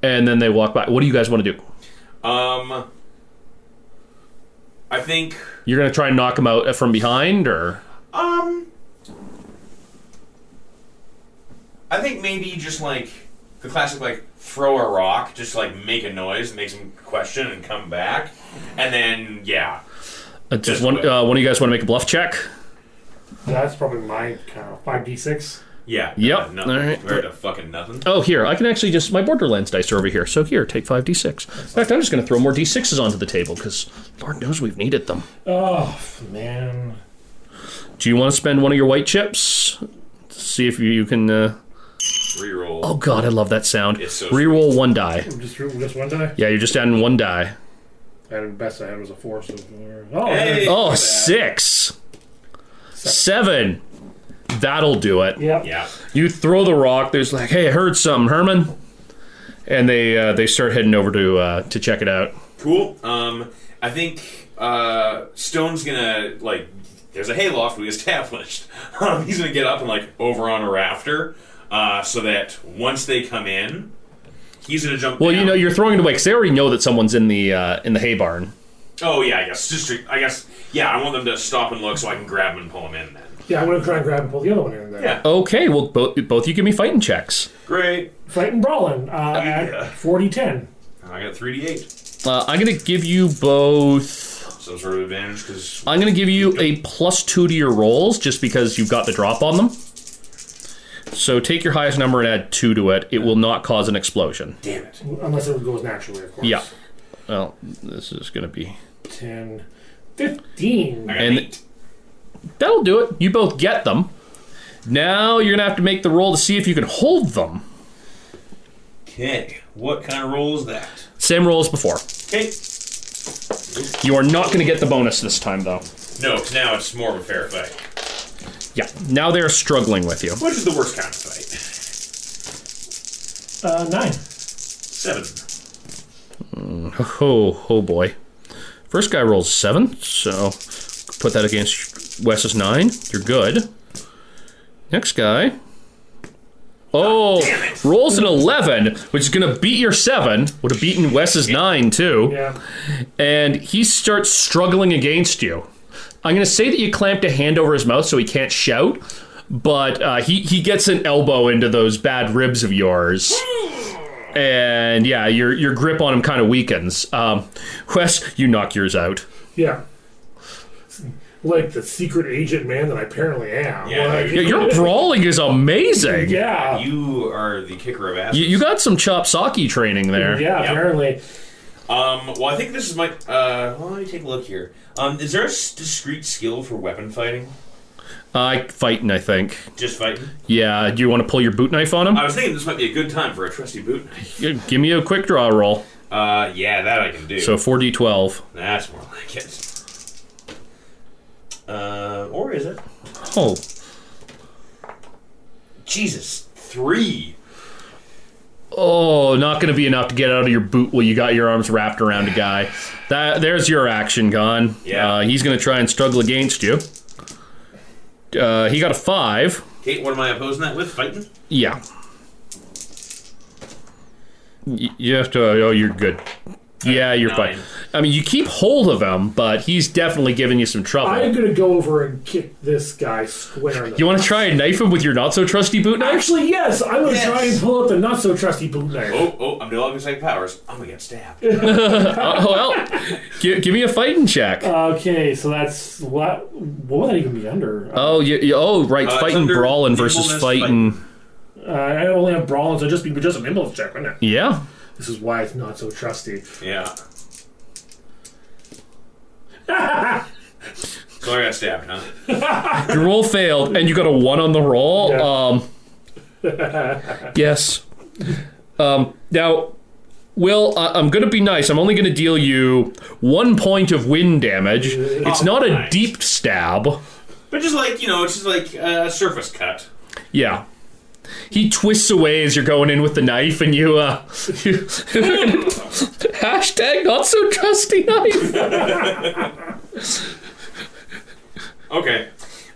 [SPEAKER 2] And then they walk by. What do you guys want to do?
[SPEAKER 4] Um. I think.
[SPEAKER 2] You're gonna try and knock him out uh, from behind, or
[SPEAKER 4] Um, I think maybe just like the classic, like throw a rock, just like make a noise that makes him question and come back, and then yeah,
[SPEAKER 2] Uh,
[SPEAKER 4] Just
[SPEAKER 2] just one?
[SPEAKER 4] wait.
[SPEAKER 2] Uh, one of you guys want to make a bluff check?
[SPEAKER 3] That's probably my count. 5d6.
[SPEAKER 4] yeah,
[SPEAKER 2] Yep.
[SPEAKER 4] nothing
[SPEAKER 2] All right.
[SPEAKER 4] compared to fucking nothing.
[SPEAKER 2] Oh, here I can actually just my Borderlands dice are over here. So here, take five d6. In fact, I'm just gonna throw more d6s onto the table because Lord knows we've needed them.
[SPEAKER 3] Oh, man.
[SPEAKER 2] Do you want to spend one of your white chips? See if you can. Uh...
[SPEAKER 4] Reroll.
[SPEAKER 2] Oh God, I love that sound.
[SPEAKER 4] It's so
[SPEAKER 2] Reroll one die.
[SPEAKER 3] Just, just one die?
[SPEAKER 2] Yeah, you're just adding one die.
[SPEAKER 3] And the best I had was a 4, so. Oh,
[SPEAKER 4] Hey.
[SPEAKER 2] Oh,
[SPEAKER 4] Bad.
[SPEAKER 2] six, seven. That'll do it.
[SPEAKER 3] yeah.
[SPEAKER 4] Yeah.
[SPEAKER 2] You throw the rock. There's like, hey, I heard something, Herman. And they uh, they start heading over to uh, to check it out.
[SPEAKER 4] Cool. Um, I think uh, Stone's gonna like. There's a hayloft we established. (laughs) Um, he's gonna get up and like over on a rafter, uh, so that once they come in, he's gonna jump.
[SPEAKER 2] Well,
[SPEAKER 4] down.
[SPEAKER 2] you know, you're throwing it away because they already know that someone's in the uh, in the hay barn.
[SPEAKER 4] Oh yeah, I guess just to, I guess yeah. I want them to stop and look so I can grab them and pull them in. Then
[SPEAKER 3] Yeah, I'm going to try and grab and pull the other one in there.
[SPEAKER 4] Yeah.
[SPEAKER 2] Okay, well, both both of you give me fighting checks.
[SPEAKER 4] great.
[SPEAKER 3] Fighting Brawlin. Uh,
[SPEAKER 4] Oh, Yeah.
[SPEAKER 3] at 40 10.
[SPEAKER 4] I got three d eight,
[SPEAKER 2] Uh, I'm gonna give you both.
[SPEAKER 4] some sort of advantage because
[SPEAKER 2] I'm gonna give you a plus two to your rolls just because you've got the drop on them. So take your highest number and add two to it. It will not cause an explosion.
[SPEAKER 4] Damn it.
[SPEAKER 3] Unless it goes naturally, of course.
[SPEAKER 2] Yeah. Well, this is going to be.
[SPEAKER 3] 10, 15.
[SPEAKER 4] I got
[SPEAKER 2] And-
[SPEAKER 4] eight.
[SPEAKER 2] That'll do it. You both get them. Now you're going to have to make the roll to see if you can hold them.
[SPEAKER 4] Okay. What kind of roll is that?
[SPEAKER 2] Same roll as before.
[SPEAKER 4] Okay.
[SPEAKER 2] You are not going to get the bonus this time, though.
[SPEAKER 4] No, 'cause now it's more of a fair fight.
[SPEAKER 2] Yeah. Now they're struggling with you.
[SPEAKER 4] Which is the worst kind of fight?
[SPEAKER 3] Uh, 9.
[SPEAKER 4] Seven.
[SPEAKER 2] Oh, oh boy. First guy rolls seven, so put that against Wes's nine. You're good. Next guy. Oh, rolls an 11, which is going to beat your 7. Would have beaten Wes's 9, too.
[SPEAKER 3] Yeah.
[SPEAKER 2] And he starts struggling against you. I'm going to say that you clamped a hand over his mouth so he can't shout, but uh, he, he gets an elbow into those bad ribs of yours. And yeah, your, your grip on him kind of weakens. Um, Wes, you knock yours out.
[SPEAKER 3] Yeah. Like the secret agent man that I apparently am.
[SPEAKER 4] Yeah,
[SPEAKER 3] Like-
[SPEAKER 2] Yeah, your brawling is amazing.
[SPEAKER 3] (laughs) yeah.
[SPEAKER 4] You are the kicker of ass.
[SPEAKER 2] Oh. You, you got some chop sake training there.
[SPEAKER 3] Yeah, apparently.
[SPEAKER 4] Um, well, I think this is my. Uh, well, let me take a look here. Um, is there a s- discrete skill for weapon fighting?
[SPEAKER 2] Uh, fighting, I think.
[SPEAKER 4] Just fighting?
[SPEAKER 2] Yeah, do you want to pull your boot knife on
[SPEAKER 3] Uh,
[SPEAKER 2] him?
[SPEAKER 4] I was thinking this might be a good time for a trusty boot.
[SPEAKER 2] Yeah, Give me a quick draw roll.
[SPEAKER 4] Uh, yeah, that I can do.
[SPEAKER 2] So 4d12.
[SPEAKER 4] That's more like it. Uh, or is it?
[SPEAKER 2] Oh,
[SPEAKER 4] Jesus, three.
[SPEAKER 2] Oh, not going to be enough to get out of your boot while you got your arms wrapped around a guy. That there's your action gone.
[SPEAKER 4] Yeah.
[SPEAKER 2] uh, he's going to try and struggle against you. Uh, he got a five.
[SPEAKER 4] Kate, what am I opposing that with? Fighting?
[SPEAKER 2] Yeah. Y- You have to. Oh, you're good. Yeah, you're
[SPEAKER 4] Nine.
[SPEAKER 2] fine. I mean, you keep hold of him, but he's definitely giving you some trouble.
[SPEAKER 3] I'm going to go over and kick this guy square in the
[SPEAKER 2] you want to try and knife him with your not so trusty boot
[SPEAKER 4] (laughs)
[SPEAKER 2] knife?
[SPEAKER 3] (laughs) Actually, yes, I'm going to
[SPEAKER 4] Yes.
[SPEAKER 3] try and pull out the not so trusty boot knife.
[SPEAKER 4] Oh, oh, I'm developing psychic powers. I'm gonna get stabbed.
[SPEAKER 2] (laughs) Oh well, give, give me a fighting check.
[SPEAKER 4] Uh,
[SPEAKER 3] Okay, so that's what? What would that even be under? Uh,
[SPEAKER 2] oh, you, you- oh right,
[SPEAKER 4] it's
[SPEAKER 2] fighting
[SPEAKER 4] under
[SPEAKER 2] brawling versus
[SPEAKER 4] nimbleness,
[SPEAKER 2] fighting.
[SPEAKER 3] Uh, I only have brawling, so it'd just be just an impulse check, wouldn't it?
[SPEAKER 2] Yeah.
[SPEAKER 3] This is why it's not so trusty.
[SPEAKER 4] Yeah. (laughs) so I got stabbed, huh?
[SPEAKER 2] Your roll failed, and you got a one on the roll.
[SPEAKER 3] Yeah.
[SPEAKER 2] Um, yes. Um, now, Will, I- I'm going to be nice. I'm only going to deal you one point of wind damage. It's not a
[SPEAKER 4] Alright.
[SPEAKER 2] deep stab.
[SPEAKER 4] But just like you know, it's just like uh, a surface cut.
[SPEAKER 2] Yeah. He twists away as you're going in with the knife, and you, uh, (laughs) you hashtag not so trusty knife.
[SPEAKER 4] Okay.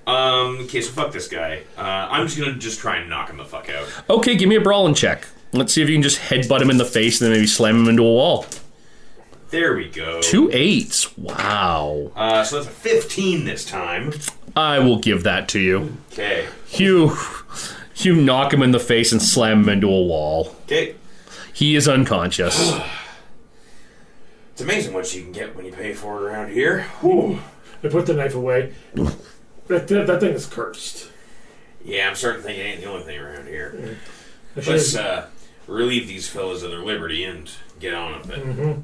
[SPEAKER 4] Um. Okay. So fuck this guy. Uh, I'm just gonna just try and knock him the fuck out.
[SPEAKER 2] Okay, give me a brawling check. Let's see if you can just headbutt him in the face and then maybe slam him into a wall.
[SPEAKER 4] There we go.
[SPEAKER 2] Two eights. Wow.
[SPEAKER 4] Uh, so that's a 15 this time.
[SPEAKER 2] I will give that to you.
[SPEAKER 4] Okay.
[SPEAKER 2] You, you knock him in the face and slam him into a wall.
[SPEAKER 4] Okay.
[SPEAKER 2] He is unconscious.
[SPEAKER 4] It's amazing what you can get when you pay for it around here. Whew.
[SPEAKER 3] I put the knife away. That, that, that thing is cursed.
[SPEAKER 4] Yeah, I'm starting to think it ain't the only thing around here.
[SPEAKER 3] I should
[SPEAKER 4] Let's uh, relieve these fellas of their liberty and get on with it. So,
[SPEAKER 2] Mm-hmm.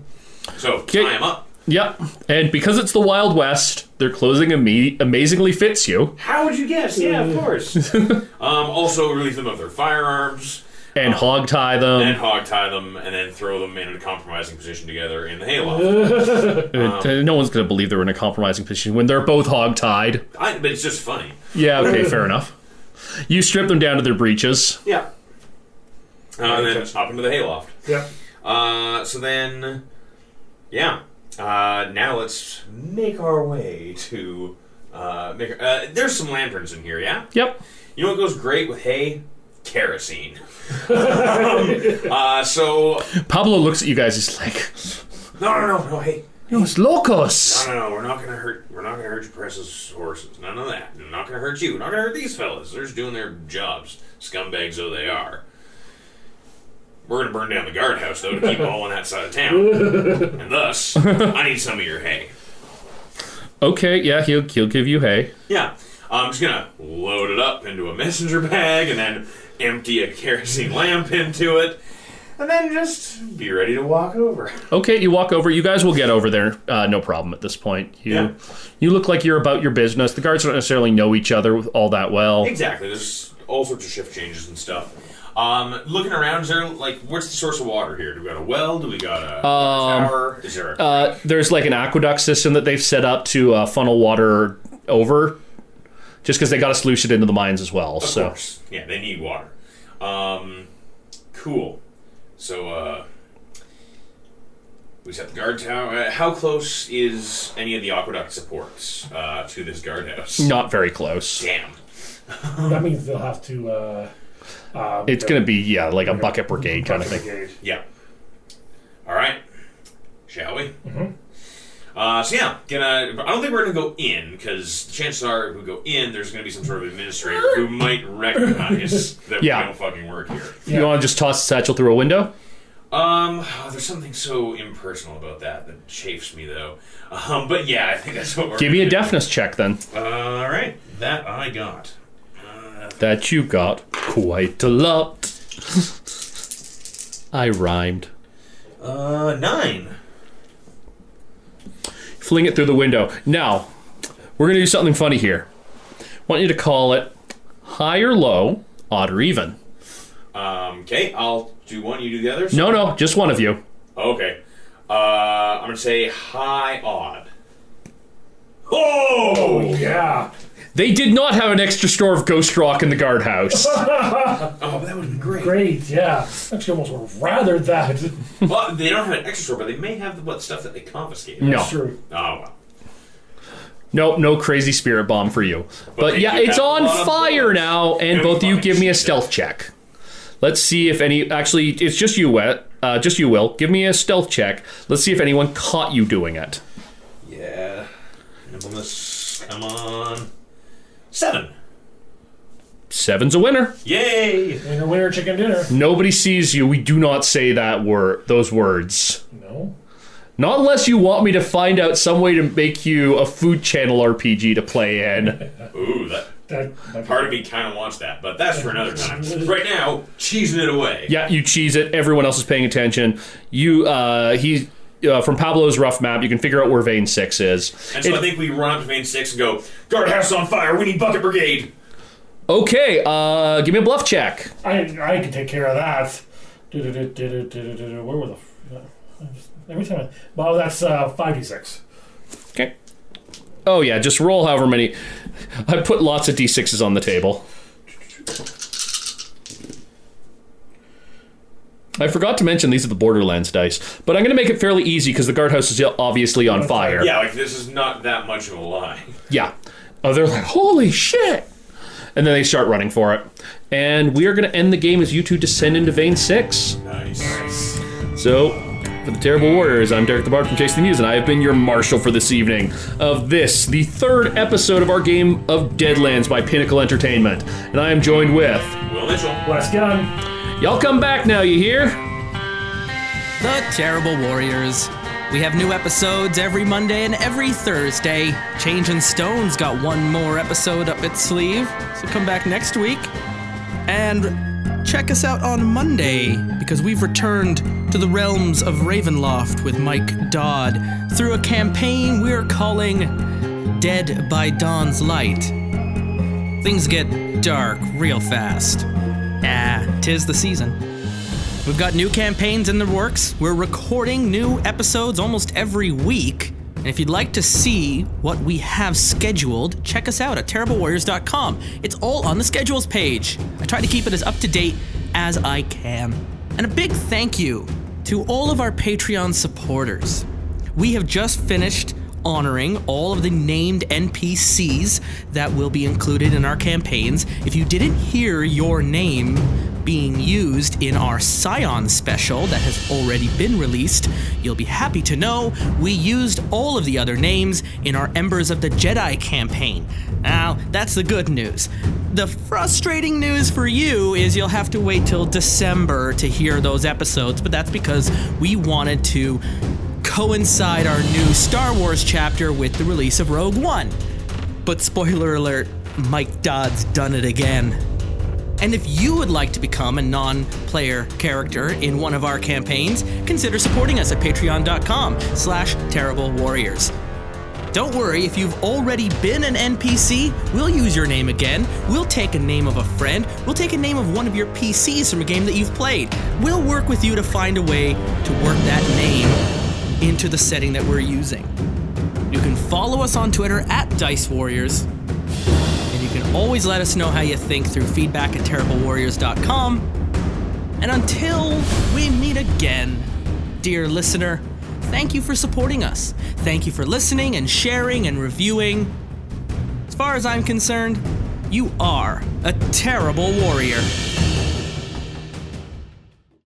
[SPEAKER 2] Okay.
[SPEAKER 4] tie him up.
[SPEAKER 2] yep. And because it's the Wild West, their clothing ame- amazingly fits you
[SPEAKER 4] How would you guess? Yeah, of
[SPEAKER 2] (laughs)
[SPEAKER 4] course. um, also, relieve them of their firearms
[SPEAKER 2] and hog tie them.
[SPEAKER 4] and hog tie them and then throw them in a compromising position together in the hayloft.
[SPEAKER 2] Uh, no one's gonna believe they're in a compromising position when they're both hog tied.
[SPEAKER 4] I, but it's just funny.
[SPEAKER 2] Yeah. Okay. fair enough. You strip them down to their breeches.
[SPEAKER 4] Yeah. Uh, and then hop into the hayloft.
[SPEAKER 3] yeah.
[SPEAKER 4] Uh, so then, yeah. Uh, now let's make our way to. Uh, make, uh, there's some lanterns in here, yeah?
[SPEAKER 2] Yep.
[SPEAKER 4] You know what goes great with hay? Kerosene. (laughs) Um, uh, so.
[SPEAKER 2] Pablo looks at you guys. He's like,
[SPEAKER 4] No, no, no, no, hey.
[SPEAKER 2] "No, it's locos."
[SPEAKER 4] No, no, no, we're not gonna hurt. We're not gonna hurt your precious horses. None of that. We're not gonna hurt you. We're not gonna hurt these fellas. They're just doing their jobs, scumbags though they are. We're gonna burn down the guardhouse though to keep all on that side of town, and thus I need some of your hay.
[SPEAKER 2] Okay. Yeah. He'll he'll give you hay.
[SPEAKER 4] Yeah, I'm just gonna load it up into a messenger bag and then empty a kerosene lamp into it, and then just be ready to walk over.
[SPEAKER 2] Okay, you walk over. You guys will get over there, uh, no problem at this point. You,
[SPEAKER 4] Yeah.
[SPEAKER 2] you look like you're about your business. The guards don't necessarily know each other all that well.
[SPEAKER 4] Exactly. There's all sorts of shift changes and stuff. Um, looking around, is there like what's the source of water here? Do we got a well? Do we got a tower? Is there? A,
[SPEAKER 2] Um, Uh, there's like an aqueduct system that they've set up to uh, funnel water over, just because they got to sluice it into the mines as well.
[SPEAKER 4] of
[SPEAKER 2] so
[SPEAKER 4] course. Yeah, they need water. Um, cool. So uh, we set the guard tower. Uh, how close is any of the aqueduct supports uh, to this guardhouse?
[SPEAKER 2] not very close.
[SPEAKER 4] Damn.
[SPEAKER 3] That means they'll have to. Uh, uh,
[SPEAKER 2] Um. It's gonna be yeah, like a bucket brigade kind of thing.
[SPEAKER 4] Yeah. All right. Shall we? Mm-hmm. Uh, so yeah, gonna. but I don't think we're gonna go in because chances are, if we go in, there's gonna be some sort of administrator
[SPEAKER 2] (gasps)
[SPEAKER 4] who might recognize that
[SPEAKER 2] Yeah.
[SPEAKER 4] we don't fucking work here.
[SPEAKER 2] You want to just toss the satchel through a window?
[SPEAKER 4] Um, oh, there's something so impersonal about that that chafes me though. Um, but yeah, I think that's what we're.
[SPEAKER 2] Give me a deafness check then.
[SPEAKER 4] all right, that I got. Uh,
[SPEAKER 2] That you got quite a lot. (laughs) I rhymed.
[SPEAKER 4] uh, nine.
[SPEAKER 2] Fling it through the window. Now, we're gonna do something funny here. Want you to call it high or low, odd or even.
[SPEAKER 4] Um, okay, I'll do one. You do the others.
[SPEAKER 2] No, no, just one of you.
[SPEAKER 4] Okay. Uh, I'm gonna say high odd. Oh!
[SPEAKER 3] Yeah.
[SPEAKER 2] They did not have an extra store of ghost rock in the
[SPEAKER 4] (laughs)
[SPEAKER 2] guardhouse.
[SPEAKER 4] Oh, but that would have been great.
[SPEAKER 3] Great. Yeah. Actually, almost would have rather that.
[SPEAKER 4] well, they don't have an extra store, but they may have the what stuff that they confiscated.
[SPEAKER 2] No,
[SPEAKER 3] True.
[SPEAKER 4] Oh well.
[SPEAKER 2] no, no crazy spirit bomb for you. But
[SPEAKER 4] they
[SPEAKER 2] yeah,
[SPEAKER 4] do
[SPEAKER 2] it's
[SPEAKER 4] have a
[SPEAKER 2] on
[SPEAKER 4] lot of
[SPEAKER 2] fire
[SPEAKER 4] bullets.
[SPEAKER 2] now, and
[SPEAKER 4] It'll
[SPEAKER 2] both of
[SPEAKER 4] be
[SPEAKER 2] you
[SPEAKER 4] fine.
[SPEAKER 2] give me a stealth check. Let's see if any. Actually, it's just you, Wet. Uh, just you, Will. Give me a stealth check. Let's see if anyone caught you doing it.
[SPEAKER 4] Yeah. Nimbleness. Come on. Seven.
[SPEAKER 2] Seven's a winner.
[SPEAKER 4] Yay!
[SPEAKER 3] Winner, winner, chicken dinner.
[SPEAKER 2] Nobody sees you. We do not say that word. Those words.
[SPEAKER 3] No.
[SPEAKER 2] Not unless you want me to find out some way to make you a food channel RPG to play in.
[SPEAKER 4] Ooh, that
[SPEAKER 3] That. that
[SPEAKER 4] part of me kind of wants that, but that's for another time. Right now, cheesing it away.
[SPEAKER 2] Yeah, you cheese it. Everyone else is paying attention. You, uh, he, uh, from Pablo's rough map, you can figure out where Vein Six is.
[SPEAKER 4] And so
[SPEAKER 2] It-
[SPEAKER 4] I think we run up to main six and go, guardhouse on fire. We need bucket brigade.
[SPEAKER 2] okay, uh, give me a bluff check.
[SPEAKER 3] I I can take care of that. Do-do-do-do-do-do-do-do. Where were the? Every time. I, well, that's uh, five d six.
[SPEAKER 2] Okay. Oh yeah, just roll however many. I put lots of d sixes on the table. I forgot to mention these are the Borderlands dice, but I'm going to make it fairly easy because the guardhouse is obviously on fire.
[SPEAKER 4] Yeah, like this is not that much of a lie.
[SPEAKER 2] Yeah. Oh, they're like, holy shit! And then they start running for it. And we are going to end the game as you two descend into Vein 6.
[SPEAKER 4] Nice.
[SPEAKER 2] So, for the Terrible Warriors, I'm Derek the Bard from Chase the News, and I have been your marshal for this evening of this, the third episode of our game of Deadlands by Pinnacle Entertainment. And I am joined with.
[SPEAKER 4] Will Mitchell.
[SPEAKER 3] Last gun.
[SPEAKER 2] Y'all come back now, you hear?
[SPEAKER 1] The Terrible Warriors. We have new episodes every Monday and every Thursday. Change and Stone's got one more episode up its sleeve, so come back next week. And check us out on Monday, because we've returned to the realms of Ravenloft with Mike Dodd through a campaign we're calling Dead by Dawn's Light. Things get dark real fast. Ah, tis the season. We've got new campaigns in the works. We're recording new episodes almost every week. And if you'd like to see what we have scheduled, check us out at terriblewarriors.com. It's all on the schedules page. I try to keep it as up to date as I can. And a big thank you to all of our Patreon supporters. We have just finished honoring all of the named NPCs that will be included in our campaigns. If you didn't hear your name being used in our Scion special that has already been released, you'll be happy to know we used all of the other names in our Embers of the Jedi campaign. Now, that's the good news. The frustrating news for you is you'll have to wait till December to hear those episodes, but that's because we wanted to coincide our new Star Wars chapter with the release of Rogue One. But spoiler alert, Mike Dodd's done it again. And if you would like to become a non player character in one of our campaigns, consider supporting us at patreon.com slash terrible warriors. Don't worry, if you've already been an NPC, we'll use your name again. We'll take a name of a friend. We'll take a name of one of your PCs from a game that you've played. We'll work with you to find a way to work that name into the setting that we're using. You can follow us on Twitter at Dice Warriors, and you can always let us know how you think through feedback at terriblewarriors.com. And until we meet again, dear listener, thank you for supporting us. Thank you for listening and sharing and reviewing. As far as I'm concerned, you are a terrible warrior.